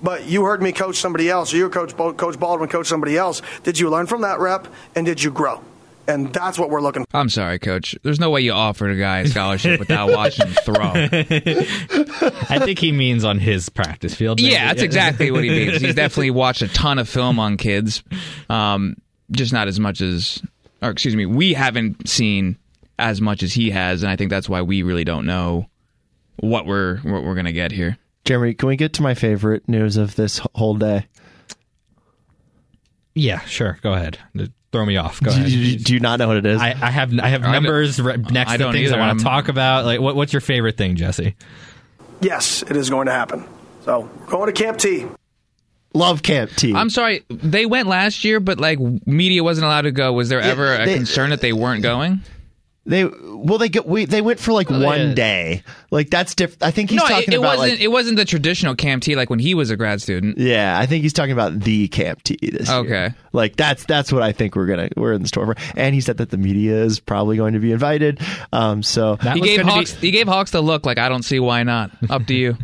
[SPEAKER 6] but you heard me coach somebody else, or you coach Bo- coach Baldwin coach somebody else. Did you learn from that rep and did you grow? And that's what we're looking for.
[SPEAKER 5] I'm sorry, coach. There's no way you offered a guy a scholarship without watching him throw.
[SPEAKER 4] I think he means on his practice field. maybe.
[SPEAKER 5] Yeah, that's exactly
[SPEAKER 4] *laughs*
[SPEAKER 5] what he means. He's definitely watched a ton of film on kids, um, just not as much as, or excuse me, we haven't seen as much as he has, and I think that's why we really don't know what we're what we're gonna get here.
[SPEAKER 2] Jeremy, can we get to my favorite news of this whole day?
[SPEAKER 4] Yeah, sure. Go ahead. Throw me off. Go
[SPEAKER 2] Do
[SPEAKER 4] ahead.
[SPEAKER 2] you, do you not know what it is?
[SPEAKER 4] Uh, I, I have I have numbers re- next
[SPEAKER 5] I
[SPEAKER 4] to
[SPEAKER 5] don't
[SPEAKER 4] things
[SPEAKER 5] either.
[SPEAKER 4] I want
[SPEAKER 5] I'm-
[SPEAKER 4] to talk about. Like, what, what's your favorite thing, Jesse?
[SPEAKER 6] Yes, it is going to happen. So we're going to Camp T.
[SPEAKER 2] Love camp team.
[SPEAKER 5] I'm sorry, they went last year, but like media wasn't allowed to go. Was there ever a
[SPEAKER 2] they-
[SPEAKER 5] concern that they weren't going?
[SPEAKER 2] They well, they go, we, they went for like one day. Like that's different. I think he's
[SPEAKER 5] No,
[SPEAKER 2] talking
[SPEAKER 5] it, it
[SPEAKER 2] about
[SPEAKER 5] wasn't.
[SPEAKER 2] like
[SPEAKER 5] it wasn't the traditional Cam T like when he was a grad student.
[SPEAKER 2] yeah. I think he's talking about the camp T this year.
[SPEAKER 5] Okay.
[SPEAKER 2] Like that's that's what I think we're gonna we're in the store for. And he said that the media is probably going to be invited. Um, so
[SPEAKER 4] That
[SPEAKER 5] He
[SPEAKER 4] was
[SPEAKER 5] gave
[SPEAKER 4] gonna be-
[SPEAKER 5] Hawks. He gave Hawks the look like I don't see why not. Up
[SPEAKER 4] *laughs*
[SPEAKER 5] to you.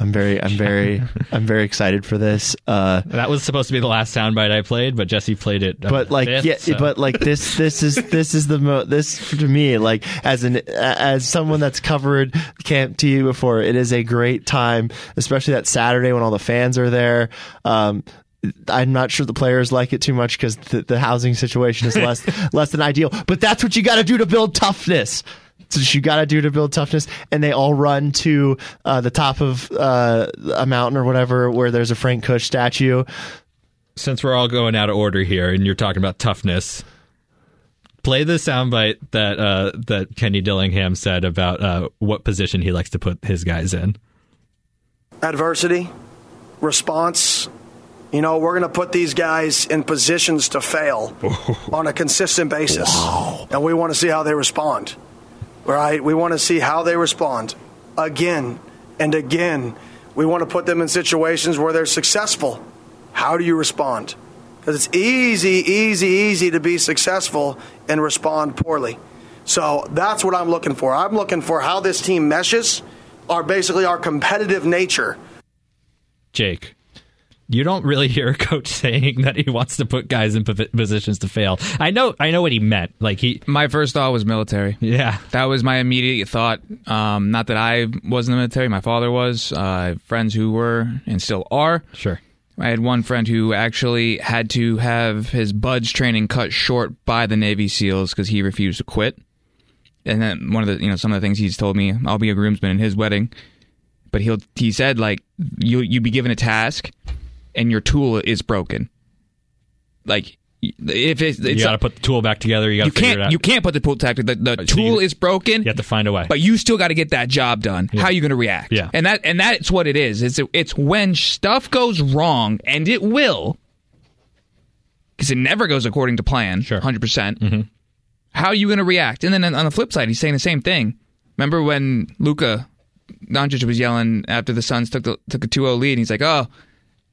[SPEAKER 2] I'm very I'm very I'm very excited for this. Uh,
[SPEAKER 4] That was supposed to be the last soundbite I played, but Jesse played it. uh,
[SPEAKER 2] but like
[SPEAKER 4] fifth,
[SPEAKER 2] yeah,
[SPEAKER 4] so-
[SPEAKER 2] but like this this is this is the mo- this to me like as an as someone that's covered camp T before it is a great time especially that Saturday when all the fans are there um I'm not sure the players like it too much because the, the housing situation is less less than ideal. But that's what you got to do to build toughness. That's what you got to do to build toughness. And they all run to uh, the top of uh, a mountain or whatever where there's a Frank Kush statue.
[SPEAKER 4] since we're all going out of order here, and you're talking about toughness, play the soundbite that uh, that Kenny Dillingham said about uh, what position he likes to put his guys in.
[SPEAKER 6] Adversity, response, You know, we're going to put these guys in positions to fail on a consistent basis. And we want to see how they respond. Right? We want to see how they respond again and again. We want to put them in situations where they're successful. How do you respond? Because it's easy, easy, easy to be successful and respond poorly. So that's what I'm looking for. I'm looking for how this team meshes, our basically our competitive nature.
[SPEAKER 4] Jake, you don't really hear a coach *laughs* saying that he wants to put guys in p- positions to fail. I know, I know what he meant. Like he,
[SPEAKER 5] My first thought was military.
[SPEAKER 4] yeah,
[SPEAKER 5] That was my immediate thought. Um, not that I was in the military, my father was. Uh, I have friends who were and still are.
[SPEAKER 4] sure.
[SPEAKER 5] I had one friend who actually had to have his buds training cut short by the Navy SEALs because he refused to quit. And then one of the you know some of the things he's told me, I'll be a groomsman in his wedding, but he'll he said like you you be given a task, and your tool is broken. Like if it's,
[SPEAKER 4] You
[SPEAKER 5] it's
[SPEAKER 4] got to put the tool back together. You got
[SPEAKER 5] you
[SPEAKER 4] to figure it
[SPEAKER 5] can't
[SPEAKER 4] out.
[SPEAKER 5] you can't put the tool tactic. The, the
[SPEAKER 4] so you-
[SPEAKER 5] tool is broken.
[SPEAKER 4] You have to find a way.
[SPEAKER 5] But you still got to get that job done. How are you going to react?
[SPEAKER 4] Yeah.
[SPEAKER 5] And that and that's what it is. It's it's when stuff goes wrong, and it will, because it never goes according to plan.
[SPEAKER 4] Sure. Mm-hmm.
[SPEAKER 5] hundred percent. How are you going to react? And then on on the flip side, he's saying the same thing. Remember when Luca Doncic was yelling after the Suns took the, took a 2-0 lead, and he's like, "Oh,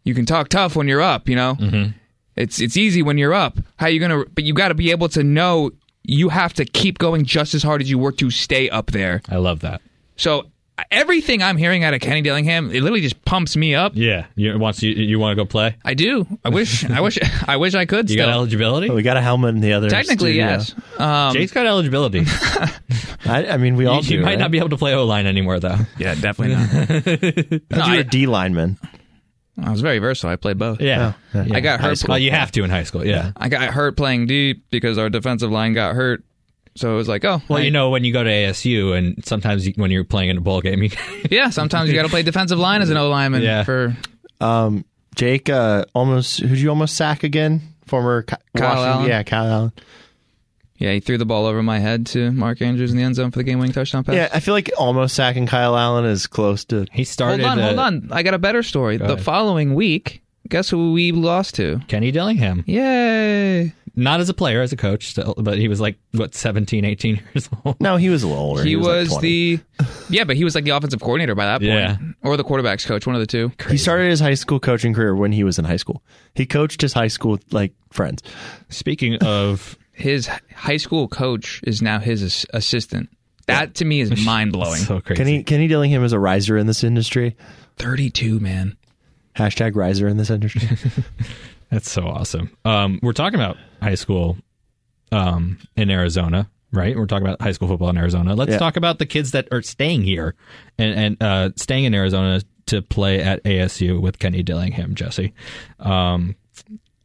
[SPEAKER 5] you can talk tough when you're up, you know."
[SPEAKER 4] Mm-hmm.
[SPEAKER 5] It's it's easy when you're up. How you gonna? But you got to be able to know you have to keep going just as hard as you were to stay up there.
[SPEAKER 4] I love that.
[SPEAKER 5] So everything I'm hearing out of Kenny Dillingham, it literally just pumps me up.
[SPEAKER 4] Yeah, you want you, you want to go play?
[SPEAKER 5] I do. I wish. I wish. *laughs* I wish I could.
[SPEAKER 4] You
[SPEAKER 5] still.
[SPEAKER 4] got eligibility?
[SPEAKER 2] we got a helmet in the other.
[SPEAKER 5] Technically,
[SPEAKER 2] studio.
[SPEAKER 5] yes. Um,
[SPEAKER 4] Jake's got eligibility.
[SPEAKER 5] *laughs*
[SPEAKER 2] I, I mean, we all
[SPEAKER 4] He
[SPEAKER 2] do.
[SPEAKER 4] might
[SPEAKER 2] right?
[SPEAKER 4] not be able to play O line anymore though.
[SPEAKER 5] *laughs* yeah, definitely not.
[SPEAKER 4] *laughs*
[SPEAKER 5] Oh, no,
[SPEAKER 2] You're a
[SPEAKER 5] I,
[SPEAKER 2] D lineman.
[SPEAKER 5] I was very versatile. I played both.
[SPEAKER 4] Yeah,
[SPEAKER 5] I got
[SPEAKER 4] High
[SPEAKER 5] hurt.
[SPEAKER 4] school. Well, you have to in high school. Yeah.
[SPEAKER 5] I got hurt playing deep because our defensive line got hurt. So it was like, oh,
[SPEAKER 4] Well,
[SPEAKER 5] I-
[SPEAKER 4] you know, when you go to ASU, and sometimes you, when you're playing in a bowl game, you, *laughs*
[SPEAKER 5] yeah. Sometimes you got to play defensive line as an O lineman
[SPEAKER 4] Yeah.
[SPEAKER 5] for
[SPEAKER 2] Jake, uh, almost who'd you almost sack again? Former Ky-
[SPEAKER 5] Kyle
[SPEAKER 2] Washington-
[SPEAKER 5] Allen.
[SPEAKER 2] Yeah, Kyle Allen.
[SPEAKER 5] Yeah, he threw the ball over my head to Mark Andrews in the end zone for the game winning touchdown pass.
[SPEAKER 2] Yeah, I feel like almost sacking Kyle Allen is close to.
[SPEAKER 4] he
[SPEAKER 5] Hold
[SPEAKER 4] started.
[SPEAKER 5] on, hold
[SPEAKER 4] uh,
[SPEAKER 5] on. I got a better story. the
[SPEAKER 4] ahead.
[SPEAKER 5] following week, guess who we lost to?
[SPEAKER 4] Kenny Dillingham,
[SPEAKER 5] Yay.
[SPEAKER 4] not as a player, as a coach, still, but he was like what 17, 18 *laughs* years old.
[SPEAKER 2] No, he was a little older.
[SPEAKER 5] He,
[SPEAKER 2] like,
[SPEAKER 5] was,
[SPEAKER 2] 20.
[SPEAKER 5] the Yeah, but he was like the offensive coordinator by that point.
[SPEAKER 4] Yeah.
[SPEAKER 5] Or the quarterback's coach, one of the two.
[SPEAKER 2] He started his high school coaching career when he was in high school. He coached his high school like friends.
[SPEAKER 4] Speaking of,
[SPEAKER 5] His high school coach is now his as- assistant. That to me
[SPEAKER 4] *laughs*
[SPEAKER 5] is mind blowing. *laughs*
[SPEAKER 4] so crazy.
[SPEAKER 2] Kenny Kenny Dillingham is a riser in this industry.
[SPEAKER 5] 32, man.
[SPEAKER 2] Hashtag riser in
[SPEAKER 5] *laughs*
[SPEAKER 2] this industry.
[SPEAKER 4] That's so awesome. Um, we're talking about high school um, in Arizona, right? We're talking about high school football in Arizona. Let's
[SPEAKER 2] Yeah.
[SPEAKER 4] talk about the kids that are staying here and, and uh, staying in Arizona to play at ASU with Kenny Dillingham, Jesse. Um,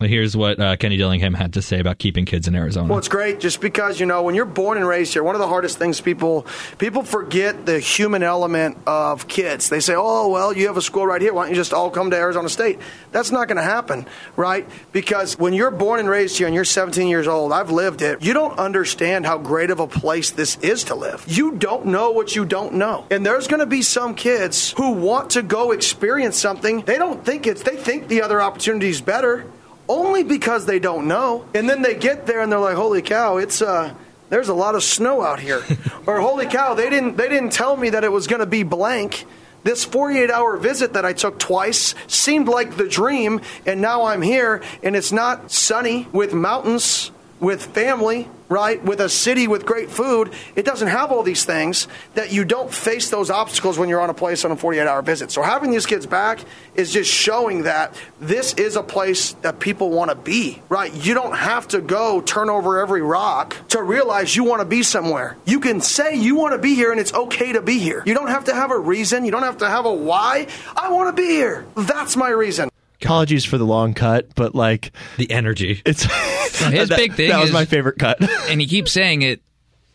[SPEAKER 4] here's what uh, Kenny Dillingham had to say about keeping kids in Arizona.
[SPEAKER 6] Well, it's great just because you know when you're born and raised here. One of the hardest things people people forget the human element of kids. They say, "Oh, well, you have a school right here. Why don't you just all come to Arizona State?" That's not going to happen, right? Because when you're born and raised here and you're 17 years old, I've lived it. You don't understand how great of a place this is to live. You don't know what you don't know, and there's going to be some kids who want to go experience something. They don't think it's. They think the other opportunity is better only because they don't know. And then they get there and they're like, "Holy cow, it's uh there's a lot of snow out here." or "Holy cow, they didn't they didn't tell me that it was going to be blank." This 48-hour visit that I took twice seemed like the dream, and now I'm here and it's not sunny with mountains, with family, right? With a city with great food. It doesn't have all these things that you don't face those obstacles when you're on a place on a 48 hour visit. So having these kids back is just showing that this is a place that people want to be, right? You don't have to go turn over every rock to realize you want to be somewhere. You can say you want to be here and it's okay to be here. You don't have to have a reason, you don't have to have a why. I want to be here. That's my reason.
[SPEAKER 2] Apologies for the long cut, but like
[SPEAKER 4] the energy.
[SPEAKER 2] it's *laughs*
[SPEAKER 5] His
[SPEAKER 2] that,
[SPEAKER 5] big thing
[SPEAKER 2] That was
[SPEAKER 5] is-
[SPEAKER 2] my favorite cut.
[SPEAKER 5] and he keeps saying it.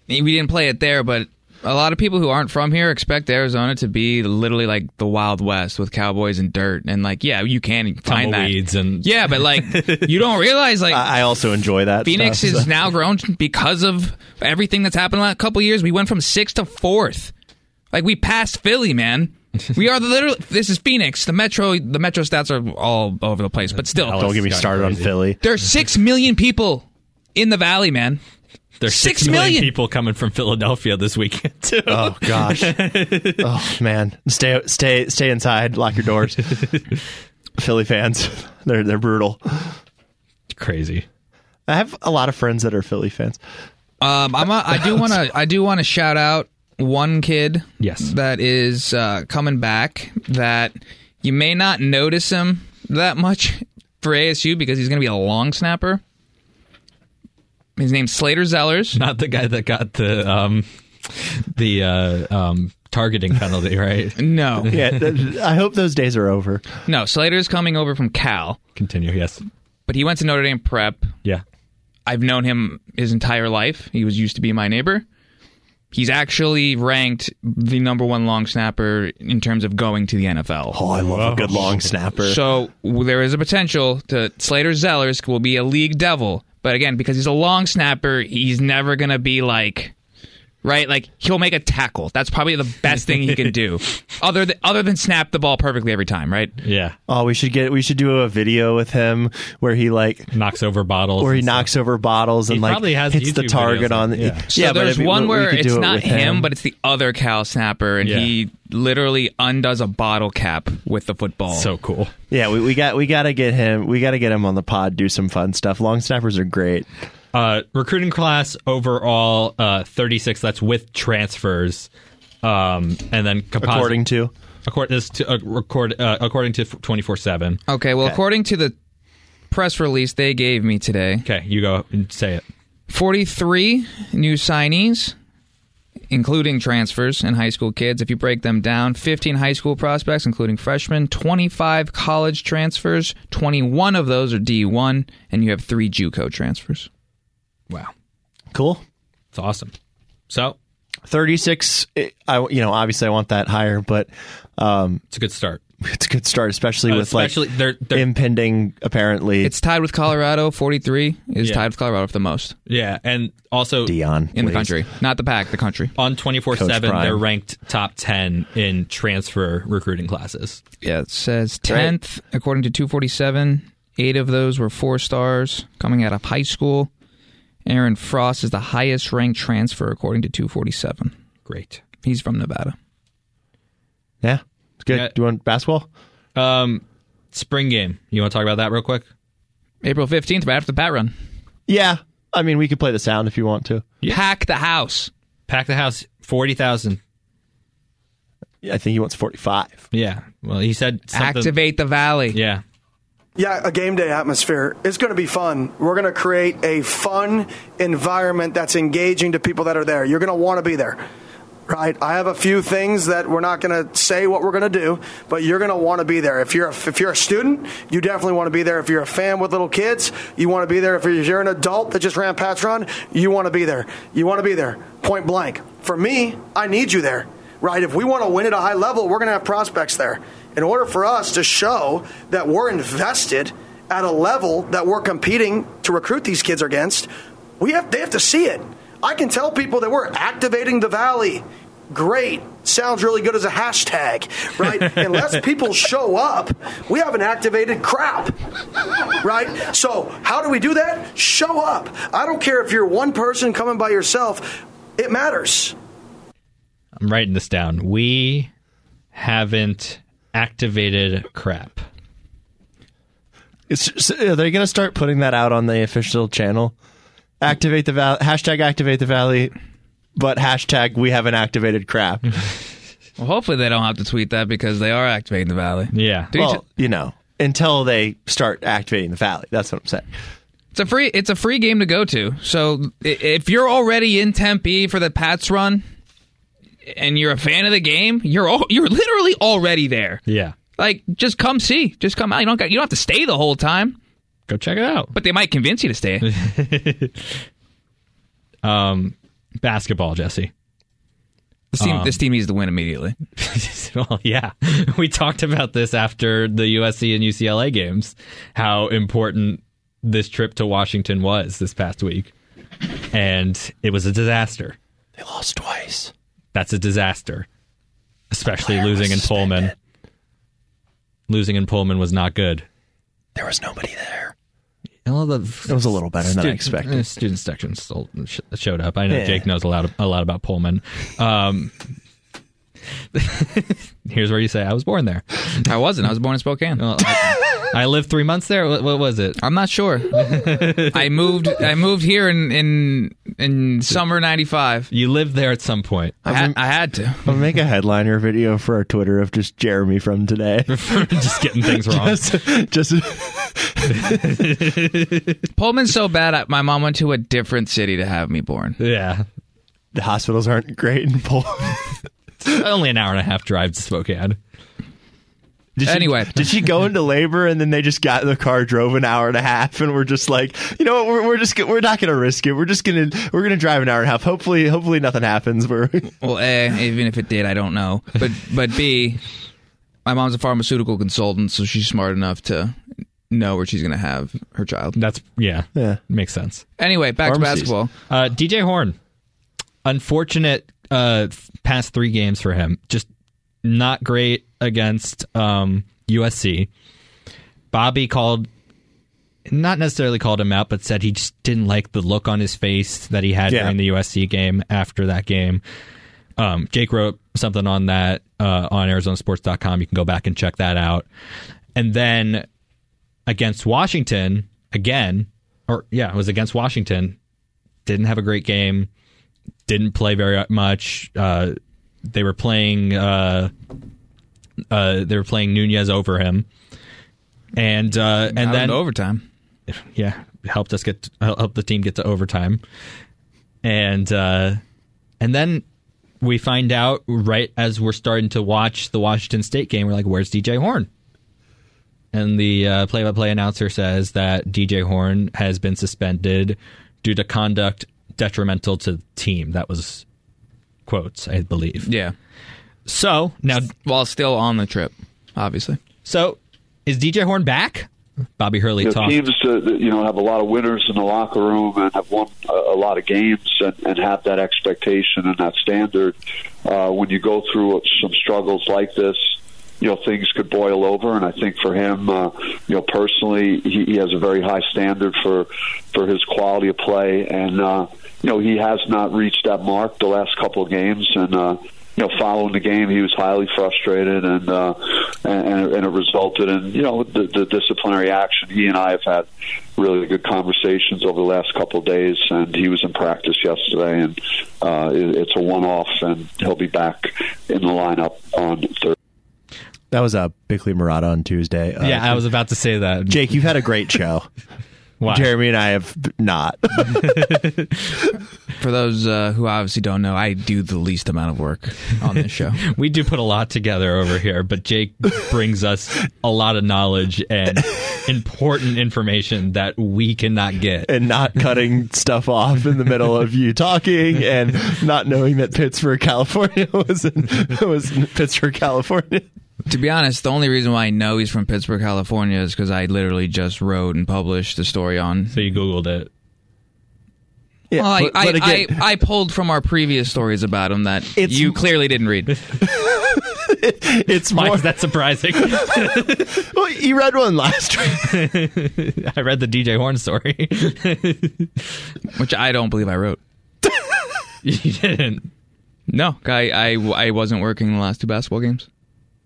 [SPEAKER 5] We didn't play it there, but a lot of people who aren't from here expect Arizona to be literally like the Wild West with cowboys and dirt, and like, yeah, you can find that.
[SPEAKER 4] Tumbleweeds and-
[SPEAKER 5] yeah,
[SPEAKER 4] *laughs*
[SPEAKER 5] but like, you don't realize like
[SPEAKER 2] I I also enjoy that.
[SPEAKER 5] Phoenix
[SPEAKER 2] stuff,
[SPEAKER 5] is now grown because of everything that's happened in the last couple years. We went from sixth to fourth. Like we passed Philly, man. we are the literally. This is Phoenix. The metro. The metro stats are all over the place, but still,
[SPEAKER 2] Don't get me started on Philly.
[SPEAKER 5] there's six million people in the valley, man.
[SPEAKER 4] There's
[SPEAKER 5] Six
[SPEAKER 4] six million
[SPEAKER 5] million.
[SPEAKER 4] people coming from Philadelphia this weekend too.
[SPEAKER 2] Oh
[SPEAKER 4] *laughs*
[SPEAKER 2] gosh. oh man. Stay stay stay inside. Lock your doors. Philly fans. *laughs* They're they're brutal.
[SPEAKER 4] Crazy.
[SPEAKER 2] I have a lot of friends that are Philly fans.
[SPEAKER 5] Um, I'm a, I do want to. I do want to shout out one kid.
[SPEAKER 4] Yes.
[SPEAKER 5] that is uh, coming back. That you may not notice him that much for ASU because he's going to be a long snapper. His name's Slater Zellers.
[SPEAKER 4] Not the guy that got the um the uh um targeting penalty, *laughs* right?
[SPEAKER 5] No,
[SPEAKER 2] Yeah, th- th- I hope those days are over.
[SPEAKER 5] no, Slater's coming over from Cal,
[SPEAKER 4] Continue. Yes.
[SPEAKER 5] but he went to Notre Dame prep.
[SPEAKER 4] Yeah.
[SPEAKER 5] I've known him his entire life. He was used to be my neighbor. He's actually ranked the number one long snapper in terms of going to the NFL.
[SPEAKER 2] Oh, I love a good long snapper.
[SPEAKER 5] So w- there is a potential to Slater Zellers will be a league devil, but again, because he's a long snapper, he's never gonna be like, right? Like he'll make a tackle. That's probably the best thing he can
[SPEAKER 2] *laughs*
[SPEAKER 5] do, other than other than snap the ball perfectly every time, right?
[SPEAKER 4] Yeah.
[SPEAKER 2] Oh, we should get we should do a video with him where he like
[SPEAKER 4] Knocks over bottles.
[SPEAKER 2] where he
[SPEAKER 4] and stuff.
[SPEAKER 2] knocks over bottles and
[SPEAKER 4] He
[SPEAKER 2] like
[SPEAKER 4] probably has
[SPEAKER 2] hits the
[SPEAKER 4] YouTube
[SPEAKER 2] target
[SPEAKER 4] videos
[SPEAKER 2] on.
[SPEAKER 4] of- yeah.
[SPEAKER 5] So
[SPEAKER 2] but
[SPEAKER 5] there's
[SPEAKER 2] if we-
[SPEAKER 5] one
[SPEAKER 2] we
[SPEAKER 5] where
[SPEAKER 2] could
[SPEAKER 5] it's
[SPEAKER 2] do it
[SPEAKER 5] not
[SPEAKER 2] with
[SPEAKER 5] him, but it's the other Cal snapper, and
[SPEAKER 4] Yeah.
[SPEAKER 5] he literally undoes a bottle cap with the football.
[SPEAKER 4] So cool.
[SPEAKER 2] yeah, we, we got we got to get him. We got to get him on the pod. Do some fun stuff. Long snappers are great.
[SPEAKER 4] Uh, recruiting class overall uh, 36. That's with transfers, um, and then composite,
[SPEAKER 2] According to
[SPEAKER 4] accord, this to, uh, record, uh, according to 24 seven.
[SPEAKER 5] okay, well, according to the press release they gave me today,
[SPEAKER 4] Okay, you go and say it.
[SPEAKER 5] 43 new signees, including transfers and high school kids. If you break them down, 15 high school prospects, including freshmen, 25 college transfers, 21 of those are D1, and you have three JUCO transfers.
[SPEAKER 4] Wow,
[SPEAKER 2] cool.
[SPEAKER 4] it's awesome. So
[SPEAKER 2] 36 it- eh, i you know obviously i want that higher but um
[SPEAKER 4] it's a good start.
[SPEAKER 2] it's a good start especially
[SPEAKER 4] Uh,
[SPEAKER 2] with
[SPEAKER 4] especially-
[SPEAKER 2] like
[SPEAKER 4] they're- they're-
[SPEAKER 2] impending apparently
[SPEAKER 5] It's tied with Colorado. 43 is
[SPEAKER 4] Yeah.
[SPEAKER 5] tied with Colorado for the most
[SPEAKER 4] Yeah, and also
[SPEAKER 2] dion
[SPEAKER 5] in the
[SPEAKER 2] please.
[SPEAKER 5] country. Not the pack, the country.
[SPEAKER 4] on 24
[SPEAKER 2] Coach
[SPEAKER 4] seven,
[SPEAKER 2] Prime.
[SPEAKER 4] they're ranked top 10 in transfer recruiting classes.
[SPEAKER 5] Yeah, it says 10th, according to 247. Eight of those were four stars coming out of high school. Aaron Frost is the highest ranked transfer, according to 247.
[SPEAKER 4] Great.
[SPEAKER 5] He's from Nevada.
[SPEAKER 2] yeah it's good
[SPEAKER 4] Yeah.
[SPEAKER 2] do you want basketball
[SPEAKER 4] Um, spring game. You want to talk about that real quick?
[SPEAKER 5] April 15th, right after the bat run.
[SPEAKER 2] yeah i mean we could play the sound if you want to
[SPEAKER 5] Pack the house.
[SPEAKER 4] Pack the house. Forty thousand.
[SPEAKER 2] Yeah, i think he wants 45
[SPEAKER 4] Yeah. Well, he said something.
[SPEAKER 5] Activate the valley.
[SPEAKER 4] Yeah.
[SPEAKER 6] Yeah, a game day atmosphere. It's going to be fun. We're going to create a fun environment that's engaging to people that are there. You're going to want to be there. Right. I have a few things that we're not going to say what we're going to do, but you're going to want to be there. If you're a, if you're a student, you definitely want to be there. If you're a fan with little kids, you want to be there. If you're, you're an adult that just ran Pat's run, you want to be there. You want to be there. Point blank. For me, I need you there. Right. If we want to win at a high level, we're going to have prospects there. In order for us to show that we're invested at a level that we're competing to recruit these kids against, we have they have to see it. I can tell people that we're activating the valley. Great. Sounds really good as a hashtag, right? Unless people show up, we haven't activated crap, right? So, how do we do that? Show up. I don't care if you're one person coming by yourself, it matters.
[SPEAKER 4] I'm writing this down. We haven't activated crap.
[SPEAKER 2] it's just, are they gonna start putting that out on the official channel activate the valley hashtag activate the valley but hashtag we haven't activated crap
[SPEAKER 5] Well, hopefully they don't have to tweet that because they are activating the valley.
[SPEAKER 4] Yeah.
[SPEAKER 5] Dude,
[SPEAKER 2] well you know until they start activating the valley that's what i'm saying
[SPEAKER 5] It's a free. It's a free game to go to. So i- if you're already in Tempe for the Pats run, and you're a fan of the game, you're al- you're literally already there.
[SPEAKER 4] Yeah.
[SPEAKER 5] Like, just come see. Just come out. You don't got, you don't have to stay the whole time,
[SPEAKER 4] Go check it out.
[SPEAKER 5] but they might convince you to stay.
[SPEAKER 4] Basketball, Jesse.
[SPEAKER 5] This team,
[SPEAKER 4] Um,
[SPEAKER 5] this team needs to win immediately.
[SPEAKER 4] *laughs* well, yeah. We talked about this after the USC and UCLA games, how important this trip to Washington was this past week. And it was a disaster.
[SPEAKER 2] they lost twice
[SPEAKER 4] That's a disaster. especially losing in Pullman. Losing in Pullman was not good.
[SPEAKER 2] There was nobody there.
[SPEAKER 4] All the
[SPEAKER 2] It was a little better than I
[SPEAKER 4] Student-
[SPEAKER 2] expected.
[SPEAKER 4] uh, student section still sh- showed up. I know
[SPEAKER 2] Yeah.
[SPEAKER 4] Jake knows a lot, a lot about Pullman. Um, *laughs* here's where you say I was born there.
[SPEAKER 5] I wasn't. I was born in Spokane.
[SPEAKER 4] Well, I, I lived three months there. What, what was it?
[SPEAKER 5] I'm
[SPEAKER 4] *laughs*
[SPEAKER 5] not sure. I moved. I moved here in in in summer '95.
[SPEAKER 4] You lived there at some point. *laughs*
[SPEAKER 5] I, ha- I had to.
[SPEAKER 2] I'll make a headliner video for our Twitter of just Jeremy from today.
[SPEAKER 4] Just getting things wrong.
[SPEAKER 2] just, just
[SPEAKER 5] Pullman's so bad. I, my mom went to a different city to have me born.
[SPEAKER 4] yeah,
[SPEAKER 2] the hospitals aren't great in Poland.
[SPEAKER 4] only an hour and a half drive to Spokane.
[SPEAKER 2] Did she-
[SPEAKER 5] Anyway.
[SPEAKER 2] did she go into labor and then they just got in the car, drove an hour and a half, and we're just like, you know, what, we're, we're just go- we're not gonna risk it. We're just gonna we're gonna drive an hour and a half. Hopefully, hopefully nothing happens. We're
[SPEAKER 5] Well, a even if it did, I don't know. But but b, my mom's a pharmaceutical consultant, so she's smart enough to know where she's going to have her child.
[SPEAKER 4] That's yeah,
[SPEAKER 2] Yeah.
[SPEAKER 4] makes sense.
[SPEAKER 5] Anyway, back to
[SPEAKER 2] Pharmacies.
[SPEAKER 5] basketball.
[SPEAKER 4] Uh, DJ Horn, unfortunate uh, th- past three games for him. Just not great against um, USC. Bobby called, not necessarily called him out, but said he just didn't like the look on his face that he had
[SPEAKER 2] Yeah.
[SPEAKER 4] during the USC game after that game. Um, Jake wrote something on that uh, on ArizonaSports.com. You can go back and check that out. And then against Washington again, or yeah, it was against Washington. Didn't have a great game. Didn't play very much. Uh, they were playing. Uh, uh, they were playing Nunez over him, and uh, and
[SPEAKER 5] Out
[SPEAKER 4] then
[SPEAKER 5] into overtime.
[SPEAKER 4] yeah, helped us get help the team get to overtime, and uh, and then we find out right as we're starting to watch the Washington State game, we're like, "Where's DJ Horn?" And the uh, play-by-play announcer says that DJ Horn has been suspended due to conduct detrimental to the team. That was quotes, I believe.
[SPEAKER 5] Yeah,
[SPEAKER 4] So now,
[SPEAKER 5] while still on the trip, obviously.
[SPEAKER 4] so is DJ Horn back? Bobby Hurley
[SPEAKER 7] the
[SPEAKER 4] talked.
[SPEAKER 7] teams uh, that, you know have a lot of winners in the locker room and have won a, a lot of games and, and have that expectation and that standard uh, when you go through some struggles like this you know things could boil over and I think for him uh, you know personally he, he has a very high standard for for his quality of play and uh, you know he has not reached that mark the last couple of games and uh, you know, following the game, he was highly frustrated, and uh, and, and it resulted in you know the, the disciplinary action. He and I have had really good conversations over the last couple of days, and he was in practice yesterday, and uh, it, it's a one-off, and he'll be back in the lineup on Thursday.
[SPEAKER 2] *laughs* that was a uh, Bickley Murata on Tuesday. Uh,
[SPEAKER 4] yeah, I was about to say that.
[SPEAKER 2] Jake, you've had a great show.
[SPEAKER 4] Why?
[SPEAKER 2] Jeremy and I have not. *laughs*
[SPEAKER 5] For those uh, who obviously don't know, I do the least amount of work on
[SPEAKER 4] *laughs*
[SPEAKER 5] this show.
[SPEAKER 4] We do put a lot together over here, but Jake brings us a lot of knowledge and important information that we cannot get.
[SPEAKER 2] and not *laughs* cutting stuff off in the middle of you talking and not knowing that Pittsburgh, California *laughs* was in, was in Pittsburgh, California.
[SPEAKER 5] to be honest, the only reason why I know he's from Pittsburgh, California, is because I literally just wrote and published the story on.
[SPEAKER 4] So you Googled it.
[SPEAKER 2] Yeah,
[SPEAKER 5] Well, I,
[SPEAKER 2] but- but
[SPEAKER 5] I,
[SPEAKER 2] again,
[SPEAKER 5] I, I pulled from our previous stories about him that
[SPEAKER 2] It's-
[SPEAKER 5] you clearly
[SPEAKER 4] *laughs*
[SPEAKER 5] didn't read.
[SPEAKER 2] it's
[SPEAKER 4] Why
[SPEAKER 2] more.
[SPEAKER 4] is that surprising? *laughs*
[SPEAKER 2] Well, you read one last week. *laughs*
[SPEAKER 4] I read the DJ Horn story. *laughs*
[SPEAKER 5] which I don't believe I wrote.
[SPEAKER 4] you didn't.
[SPEAKER 5] No, I, I, I wasn't working the last two basketball games.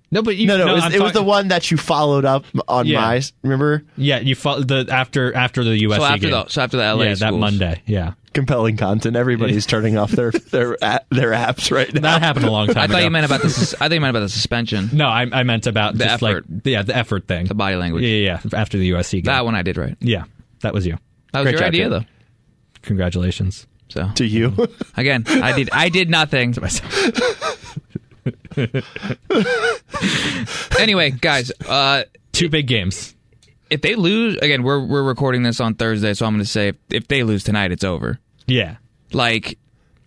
[SPEAKER 4] No, but you
[SPEAKER 2] No, no, it, was,
[SPEAKER 4] I'm
[SPEAKER 2] it was
[SPEAKER 4] talking-
[SPEAKER 2] the one that you followed up on
[SPEAKER 4] Yeah.
[SPEAKER 2] my. Remember,
[SPEAKER 4] Yeah, you fought the after after the USC
[SPEAKER 5] So after
[SPEAKER 4] game.
[SPEAKER 5] the so after the LA
[SPEAKER 4] yeah, that
[SPEAKER 5] schools.
[SPEAKER 4] Monday. Yeah.
[SPEAKER 2] compelling content. Everybody's turning off their their a- their apps *laughs* right now.
[SPEAKER 4] That happened a long time
[SPEAKER 5] I
[SPEAKER 4] ago.
[SPEAKER 5] thought you
[SPEAKER 4] *laughs*
[SPEAKER 5] meant about the sus- I thought you meant about the suspension,
[SPEAKER 4] No, I, I meant about
[SPEAKER 5] The
[SPEAKER 4] just
[SPEAKER 5] effort.
[SPEAKER 4] like yeah, the effort thing.
[SPEAKER 5] the body language.
[SPEAKER 4] yeah, yeah, yeah, after the USC game.
[SPEAKER 5] That one I did right.
[SPEAKER 4] Yeah. That was you.
[SPEAKER 5] That was
[SPEAKER 2] Great
[SPEAKER 5] your
[SPEAKER 2] job,
[SPEAKER 5] idea
[SPEAKER 2] Jim.
[SPEAKER 5] though. *laughs*
[SPEAKER 4] Congratulations.
[SPEAKER 5] So
[SPEAKER 2] to you.
[SPEAKER 5] again, I did I
[SPEAKER 4] *laughs*
[SPEAKER 5] did nothing. anyway, guys, uh,
[SPEAKER 4] Two big games.
[SPEAKER 5] if they lose again, we're we're recording this on Thursday, so I'm going to say if, if they lose tonight, it's over.
[SPEAKER 4] Yeah.
[SPEAKER 5] Like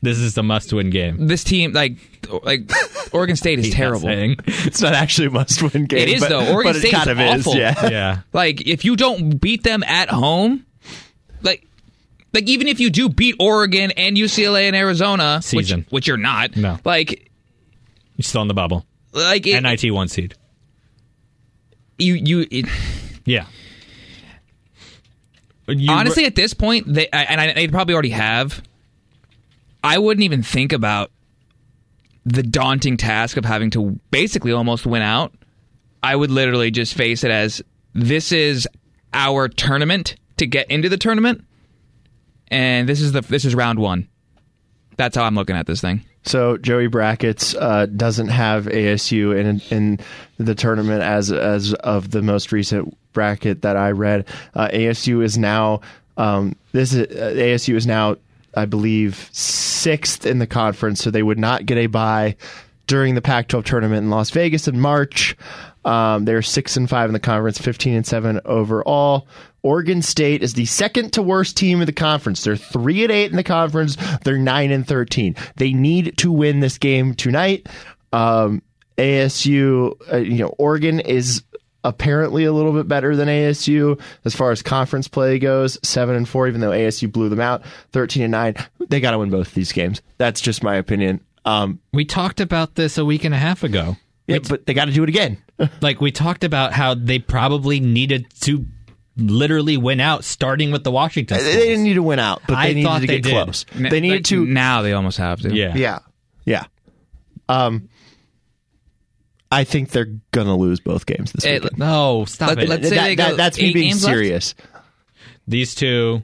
[SPEAKER 4] This is the must-win game. *laughs*
[SPEAKER 5] this team, like like Oregon State is
[SPEAKER 4] hate that
[SPEAKER 5] terrible.
[SPEAKER 4] saying.
[SPEAKER 2] it's not actually a must-win game.
[SPEAKER 5] It is,
[SPEAKER 2] but,
[SPEAKER 5] though. Oregon
[SPEAKER 2] but it
[SPEAKER 5] State
[SPEAKER 2] kind
[SPEAKER 5] is
[SPEAKER 2] of is.
[SPEAKER 5] awful.
[SPEAKER 2] Yeah,
[SPEAKER 4] Yeah.
[SPEAKER 5] Like if you don't beat them at home, like like even if you do beat Oregon and UCLA and Arizona,
[SPEAKER 4] Season.
[SPEAKER 5] which which you're not,
[SPEAKER 4] No.
[SPEAKER 5] like
[SPEAKER 4] He's still in the bubble.
[SPEAKER 5] Like it,
[SPEAKER 4] NIT one seed.
[SPEAKER 5] you, you. It,
[SPEAKER 4] Yeah. You-
[SPEAKER 5] honestly, at this point, they I- and I, they probably already have. I wouldn't even think about the daunting task of having to basically almost win out. I would literally just face it as this is our tournament to get into the tournament, and this is the this is round one. That's how I'm looking at this thing.
[SPEAKER 2] So Joey Brackets uh, doesn't have ASU in in the tournament as as of the most recent bracket that I read. Uh, ASU is now um, this is, uh, ASU is now I believe sixth in the conference, so they would not get a bye during the Pac-12 tournament in Las Vegas in March. Um, they're six and five in the conference, fifteen and seven overall. Oregon State is the second to worst team in the conference. They're three and eight in the conference. They're nine and thirteen. They need to win this game tonight. Um, ASU, uh, you know, Oregon is apparently a little bit better than ASU as far as conference play goes. Seven and four, even though ASU blew them out. Thirteen and nine. They got to win both these games. That's just my opinion. Um,
[SPEAKER 4] we talked about this a week and a half ago.
[SPEAKER 2] yeah, but they got to do it again.
[SPEAKER 4] Like we talked about how they probably needed to literally win out, starting with the Washington.
[SPEAKER 2] They
[SPEAKER 4] schools.
[SPEAKER 2] didn't need to win out, but
[SPEAKER 4] I
[SPEAKER 2] they
[SPEAKER 4] thought
[SPEAKER 2] needed to
[SPEAKER 4] they
[SPEAKER 2] get
[SPEAKER 4] did.
[SPEAKER 2] close.
[SPEAKER 5] N-
[SPEAKER 2] They needed
[SPEAKER 5] like,
[SPEAKER 2] to
[SPEAKER 5] now. They almost have to.
[SPEAKER 4] Yeah.
[SPEAKER 2] Yeah. Yeah. Um I think they're gonna lose both games this
[SPEAKER 5] Eh,
[SPEAKER 2] weekend.
[SPEAKER 4] No, stop
[SPEAKER 5] Let-
[SPEAKER 4] it.
[SPEAKER 5] let's- say
[SPEAKER 2] That-
[SPEAKER 5] they
[SPEAKER 2] that-
[SPEAKER 5] go
[SPEAKER 2] that's me
[SPEAKER 5] eight
[SPEAKER 2] being
[SPEAKER 5] games left?
[SPEAKER 2] serious.
[SPEAKER 4] These two,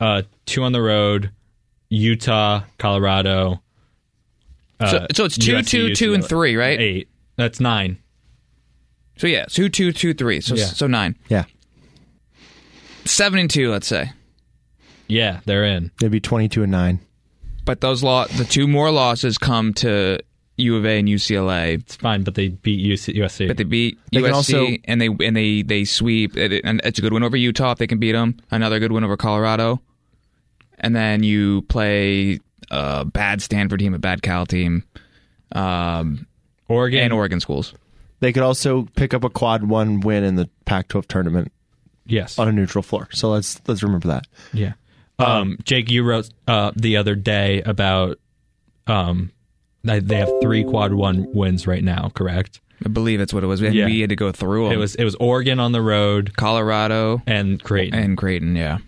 [SPEAKER 4] uh, two on the road, Utah, Colorado. uh,
[SPEAKER 5] So, so it's two, two, two,
[SPEAKER 4] USC, UCLA.
[SPEAKER 5] and three, right?
[SPEAKER 4] Eight. That's nine.
[SPEAKER 5] So yeah, two, two, two, three. So
[SPEAKER 4] Yeah.
[SPEAKER 5] so nine,
[SPEAKER 2] Yeah.
[SPEAKER 5] seven and two, let's say.
[SPEAKER 4] Yeah, they're in.
[SPEAKER 2] They'd be twenty two and nine.
[SPEAKER 5] But those lo- the two more losses come to U of A and UCLA.
[SPEAKER 4] It's fine, but they beat UC- USC.
[SPEAKER 5] But they beat
[SPEAKER 2] They can
[SPEAKER 5] USC
[SPEAKER 2] also-
[SPEAKER 5] and they and they they sweep. It- it- And it's a good win over Utah if they can beat them. Another good win over Colorado, and then you play a bad Stanford team, a bad Cal team, um,
[SPEAKER 4] Oregon,
[SPEAKER 5] and Oregon schools.
[SPEAKER 2] They could also pick up a quad one win in the Pac twelve tournament
[SPEAKER 4] yes,
[SPEAKER 2] on a neutral floor. So let's let's remember that.
[SPEAKER 4] yeah. Um, Jake, you wrote uh, the other day about um, they they have three quad one wins right now, correct?
[SPEAKER 5] I believe that's what it was. We,
[SPEAKER 4] Yeah.
[SPEAKER 5] we had to go through 'em.
[SPEAKER 4] It was it was Oregon on the road
[SPEAKER 5] Colorado
[SPEAKER 4] and
[SPEAKER 2] Oh,
[SPEAKER 4] Creighton.
[SPEAKER 5] and Creighton. Yeah,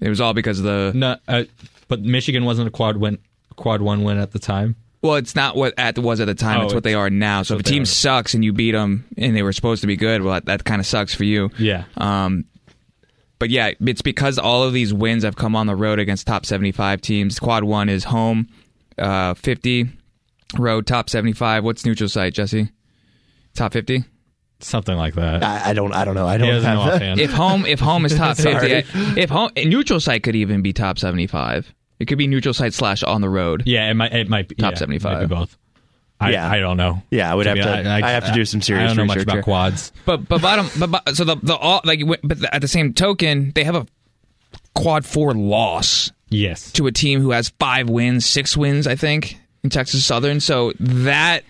[SPEAKER 5] it was all because of the
[SPEAKER 4] no, uh, but Michigan wasn't a quad win, quad one win at the time.
[SPEAKER 5] Well, it's not what at was at the time.
[SPEAKER 4] Oh,
[SPEAKER 5] it's what
[SPEAKER 4] it's-
[SPEAKER 5] they are now. So if a
[SPEAKER 4] what they
[SPEAKER 5] team
[SPEAKER 4] are.
[SPEAKER 5] sucks and you beat them and they were supposed to be good, well, that, that kind of sucks for you.
[SPEAKER 4] Yeah.
[SPEAKER 5] Um, but yeah, it's because all of these wins have come on the road against top seventy-five teams. Quad one is home, uh, fifty, road top seventy-five. What's neutral site, Jesse?
[SPEAKER 4] *laughs*
[SPEAKER 5] Top fifty.
[SPEAKER 4] Something like that.
[SPEAKER 2] I, I don't I don't know. I
[SPEAKER 4] He
[SPEAKER 2] don't
[SPEAKER 4] doesn't know
[SPEAKER 2] have
[SPEAKER 4] offhand.
[SPEAKER 5] If home, if home is top fifty, I- if home neutral site could even be top seventy-five. It could be neutral site slash on the road.
[SPEAKER 4] Yeah, it might. It might be
[SPEAKER 5] Top
[SPEAKER 4] yeah,
[SPEAKER 5] 75.
[SPEAKER 4] might be both. I,
[SPEAKER 2] Yeah.
[SPEAKER 4] I don't know.
[SPEAKER 2] Yeah, I would have
[SPEAKER 4] be-
[SPEAKER 2] to- I have to do some serious
[SPEAKER 4] I don't know
[SPEAKER 2] research
[SPEAKER 4] much about
[SPEAKER 2] here.
[SPEAKER 4] quads.
[SPEAKER 5] But but bottom but, but so the the all like w- but at the same token they have a quad four loss
[SPEAKER 4] Yes.
[SPEAKER 5] to a team who has five wins six wins I think in Texas Southern so that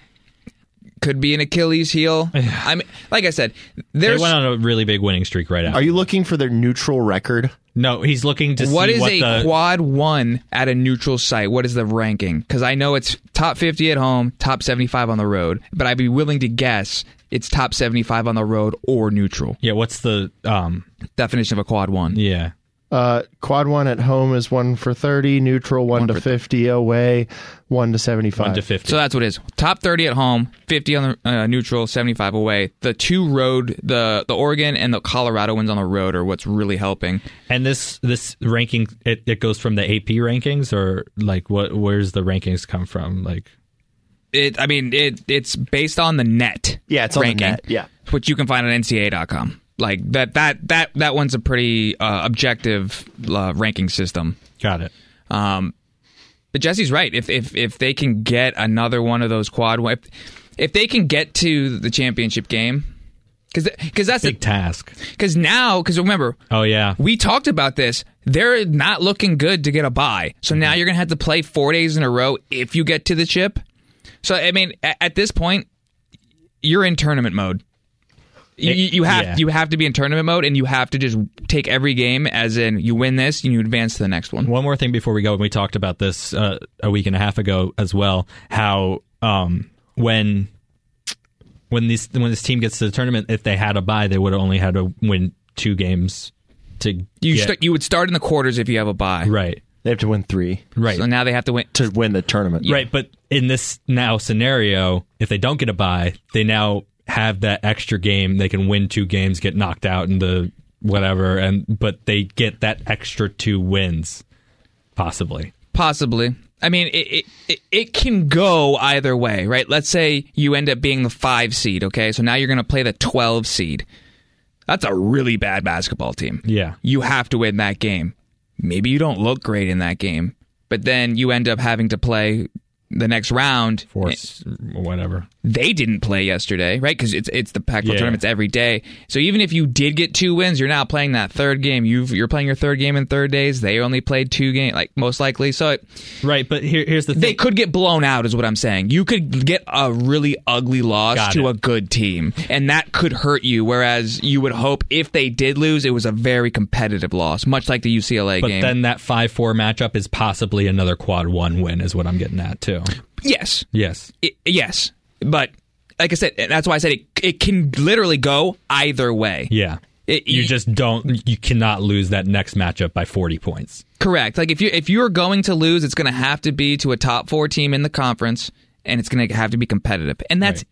[SPEAKER 5] could be an Achilles heel I mean like I said
[SPEAKER 4] They
[SPEAKER 5] there's
[SPEAKER 4] went on a really big winning streak right
[SPEAKER 2] *laughs* Are
[SPEAKER 4] after.
[SPEAKER 2] you looking for their neutral record?
[SPEAKER 4] No, he's looking to
[SPEAKER 5] what
[SPEAKER 4] see
[SPEAKER 5] is
[SPEAKER 4] what
[SPEAKER 5] a
[SPEAKER 4] the
[SPEAKER 5] quad one at a neutral site what is the ranking because I know it's top fifty at home top seventy five on the road but I'd be willing to guess it's top seventy five on the road or neutral
[SPEAKER 4] yeah. What's the um
[SPEAKER 5] definition of a quad one
[SPEAKER 4] yeah
[SPEAKER 2] Uh, quad one at home is one for thirty, neutral one, to fifty, away one to seventy five.
[SPEAKER 4] one to fifty?
[SPEAKER 5] Uh, So that's what it is. Top 30 at home, 50 on the uh, neutral, 75 away. The two road, the the Oregon and the Colorado wins on the road are what's really helping.
[SPEAKER 4] and this this ranking it, it goes from the AP rankings or like what where's the rankings come from? Like
[SPEAKER 5] It, I mean, it it's based on the net.
[SPEAKER 2] Yeah, it's on the
[SPEAKER 5] ranking,
[SPEAKER 2] net, yeah.
[SPEAKER 5] which you can find on NCAA.com. Like that that that that one's a pretty uh, objective uh, ranking system.
[SPEAKER 4] got it.
[SPEAKER 5] Um, but Jesse's right. If if if they can get another one of those quad, if, if they can get to the championship game, because because that's
[SPEAKER 4] Big task.
[SPEAKER 5] because now because remember
[SPEAKER 4] Oh yeah.
[SPEAKER 5] we talked about this. They're not looking good to get a bye. So
[SPEAKER 4] Mm-hmm.
[SPEAKER 5] now you're going to have to play four days in a row if you get to the chip. So, I mean, at, at this point, you're in tournament mode. You, you you have
[SPEAKER 4] Eh, yeah.
[SPEAKER 5] you have to be in tournament mode, and you have to just take every game as in you win this, and you advance to the next one.
[SPEAKER 4] One more thing before we go, and we talked about this uh, a week and a half ago as well. How um, when when these when this team gets to the tournament, if they had a bye, they would have only had to win two games to
[SPEAKER 5] You
[SPEAKER 4] get,
[SPEAKER 5] st- you would start in the quarters if you have a bye.
[SPEAKER 4] right,
[SPEAKER 2] They have to win three
[SPEAKER 4] right,
[SPEAKER 5] So now they have to win.
[SPEAKER 2] to win the tournament.
[SPEAKER 4] right. But in this now scenario, if they don't get a bye, they now have that extra game. They can win two games, get knocked out in the whatever, and but they get that extra two wins possibly.
[SPEAKER 5] Possibly. I mean, it, it, it, it can go either way, right? Let's say you end up being the five seed, okay? So now you're going to play the 12 seed. That's a really bad basketball team.
[SPEAKER 4] Yeah.
[SPEAKER 5] You have to win that game. Maybe you don't look great in that game, but then you end up having to play the next round.
[SPEAKER 4] Or s- whatever.
[SPEAKER 5] They didn't play yesterday, right? Because it's it's the Pac-12
[SPEAKER 4] Yeah.
[SPEAKER 5] tournaments every day. So even if you did get two wins, you're now playing that third game. You've, you're playing your third game in third days. They only played two games, like most likely. So it,
[SPEAKER 4] Right, but here, here's the thing.
[SPEAKER 5] they could get blown out, is what I'm saying. You could get a really ugly loss
[SPEAKER 4] Got
[SPEAKER 5] to
[SPEAKER 4] it.
[SPEAKER 5] a good team, and that could hurt you. Whereas you would hope if they did lose, it was a very competitive loss, much like the UCLA
[SPEAKER 4] but
[SPEAKER 5] game.
[SPEAKER 4] then that 5 4 matchup is possibly another quad one win, is what I'm getting at, too.
[SPEAKER 5] yes,
[SPEAKER 4] Yes.
[SPEAKER 5] I- yes, but like I said, that's why I said it. It can literally go either way.
[SPEAKER 4] Yeah.
[SPEAKER 5] It-
[SPEAKER 4] you
[SPEAKER 5] it-
[SPEAKER 4] just don't, you cannot lose that next matchup by 40 points.
[SPEAKER 5] Correct. Like if you if you're going to lose, it's going to have to be to a top four team in the conference, and it's going to have to be competitive. And that's
[SPEAKER 4] Right.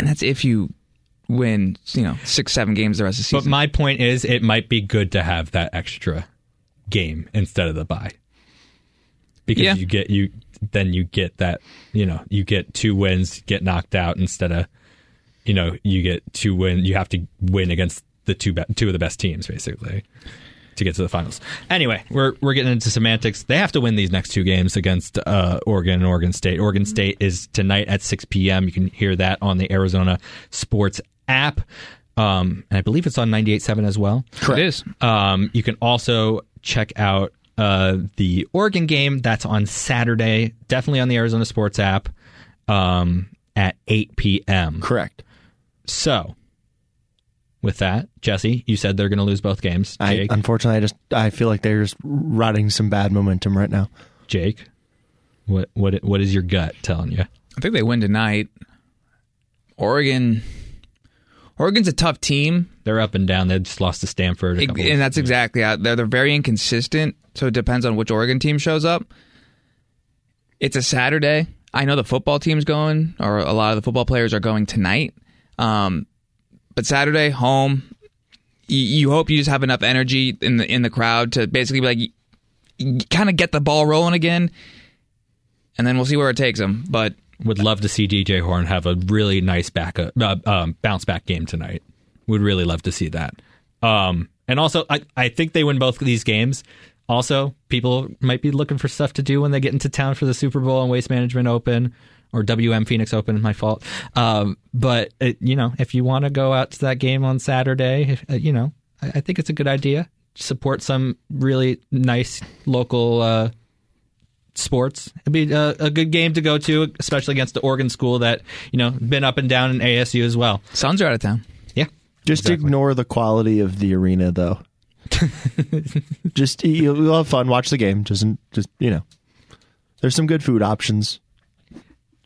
[SPEAKER 5] and that's if you win, you know, six seven games the rest of the season.
[SPEAKER 4] But my point is, it might be good to have that extra game instead of the bye. Because
[SPEAKER 5] Yeah.
[SPEAKER 4] you get, you, then you get that, you know, you get two wins, get knocked out instead of, you know, you get two win, you have to win against the two, be- two of the best teams, basically. to get to the finals. Anyway, we're we're getting into semantics. They have to win these next two games against uh, Oregon and Oregon State. Oregon State is tonight at 6 p.m. You can hear that on the Arizona Sports app. Um, and I believe it's on 98.7 as well.
[SPEAKER 5] Correct. It is.
[SPEAKER 4] Um, you can also check out uh, the Oregon game. That's on Saturday. Definitely on the Arizona Sports app um, at 8 p.m.
[SPEAKER 2] Correct.
[SPEAKER 4] So, with that, Jesse, you said they're going to lose both games.
[SPEAKER 2] I, uh,
[SPEAKER 4] Jake,
[SPEAKER 2] unfortunately, I just I feel like they're just riding some bad momentum right now.
[SPEAKER 4] Jake, what what what is your gut telling you?
[SPEAKER 5] I think they win tonight. Oregon, Oregon's a tough team,
[SPEAKER 4] They're up and down. They just lost to Stanford, a couple
[SPEAKER 5] and that's exactly how they're they're very inconsistent. So it depends on which Oregon team shows up. It's a Saturday. I know the football team's going, or a lot of the football players are going tonight. Um, but Saturday home, you, you hope you just have enough energy in the in the crowd to basically be like, kind of get the ball rolling again, and then we'll see where it takes them. But
[SPEAKER 4] would love to see DJ Horn have a really nice back uh, um, bounce back game tonight. Would really love to see that. Um, and also, I, I think they win both of these games. Also, people might be looking for stuff to do when they get into town for the Super Bowl and Waste Management Open or WM Phoenix Open. My fault. Um, but it, you know, if you want to go out to that game on Saturday, if, uh, you know, I, I think it's a good idea. Support some really nice local. Uh, sports. It'd be a, a good game to go to, especially against the Oregon school that you know been up and down in ASU as well.
[SPEAKER 5] Suns are out of town.
[SPEAKER 4] Yeah,
[SPEAKER 2] Just ignore the quality of the arena, though. just you'll you'll have fun. Watch the game. Just just you know, there's some good food options.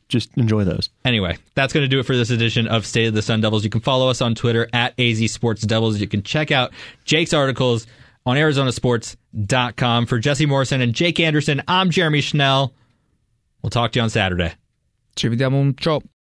[SPEAKER 2] Just enjoy those.
[SPEAKER 4] Anyway, that's going to do it for this edition of State of the Sun Devils. You can follow us on Twitter at AZ Sports Devils. You can check out Jake's articles on ArizonaSports.com. For Jesse Morrison and Jake Anderson, I'm Jeremy Schnell. We'll talk to you on Saturday.
[SPEAKER 5] Trivia Devil Troll.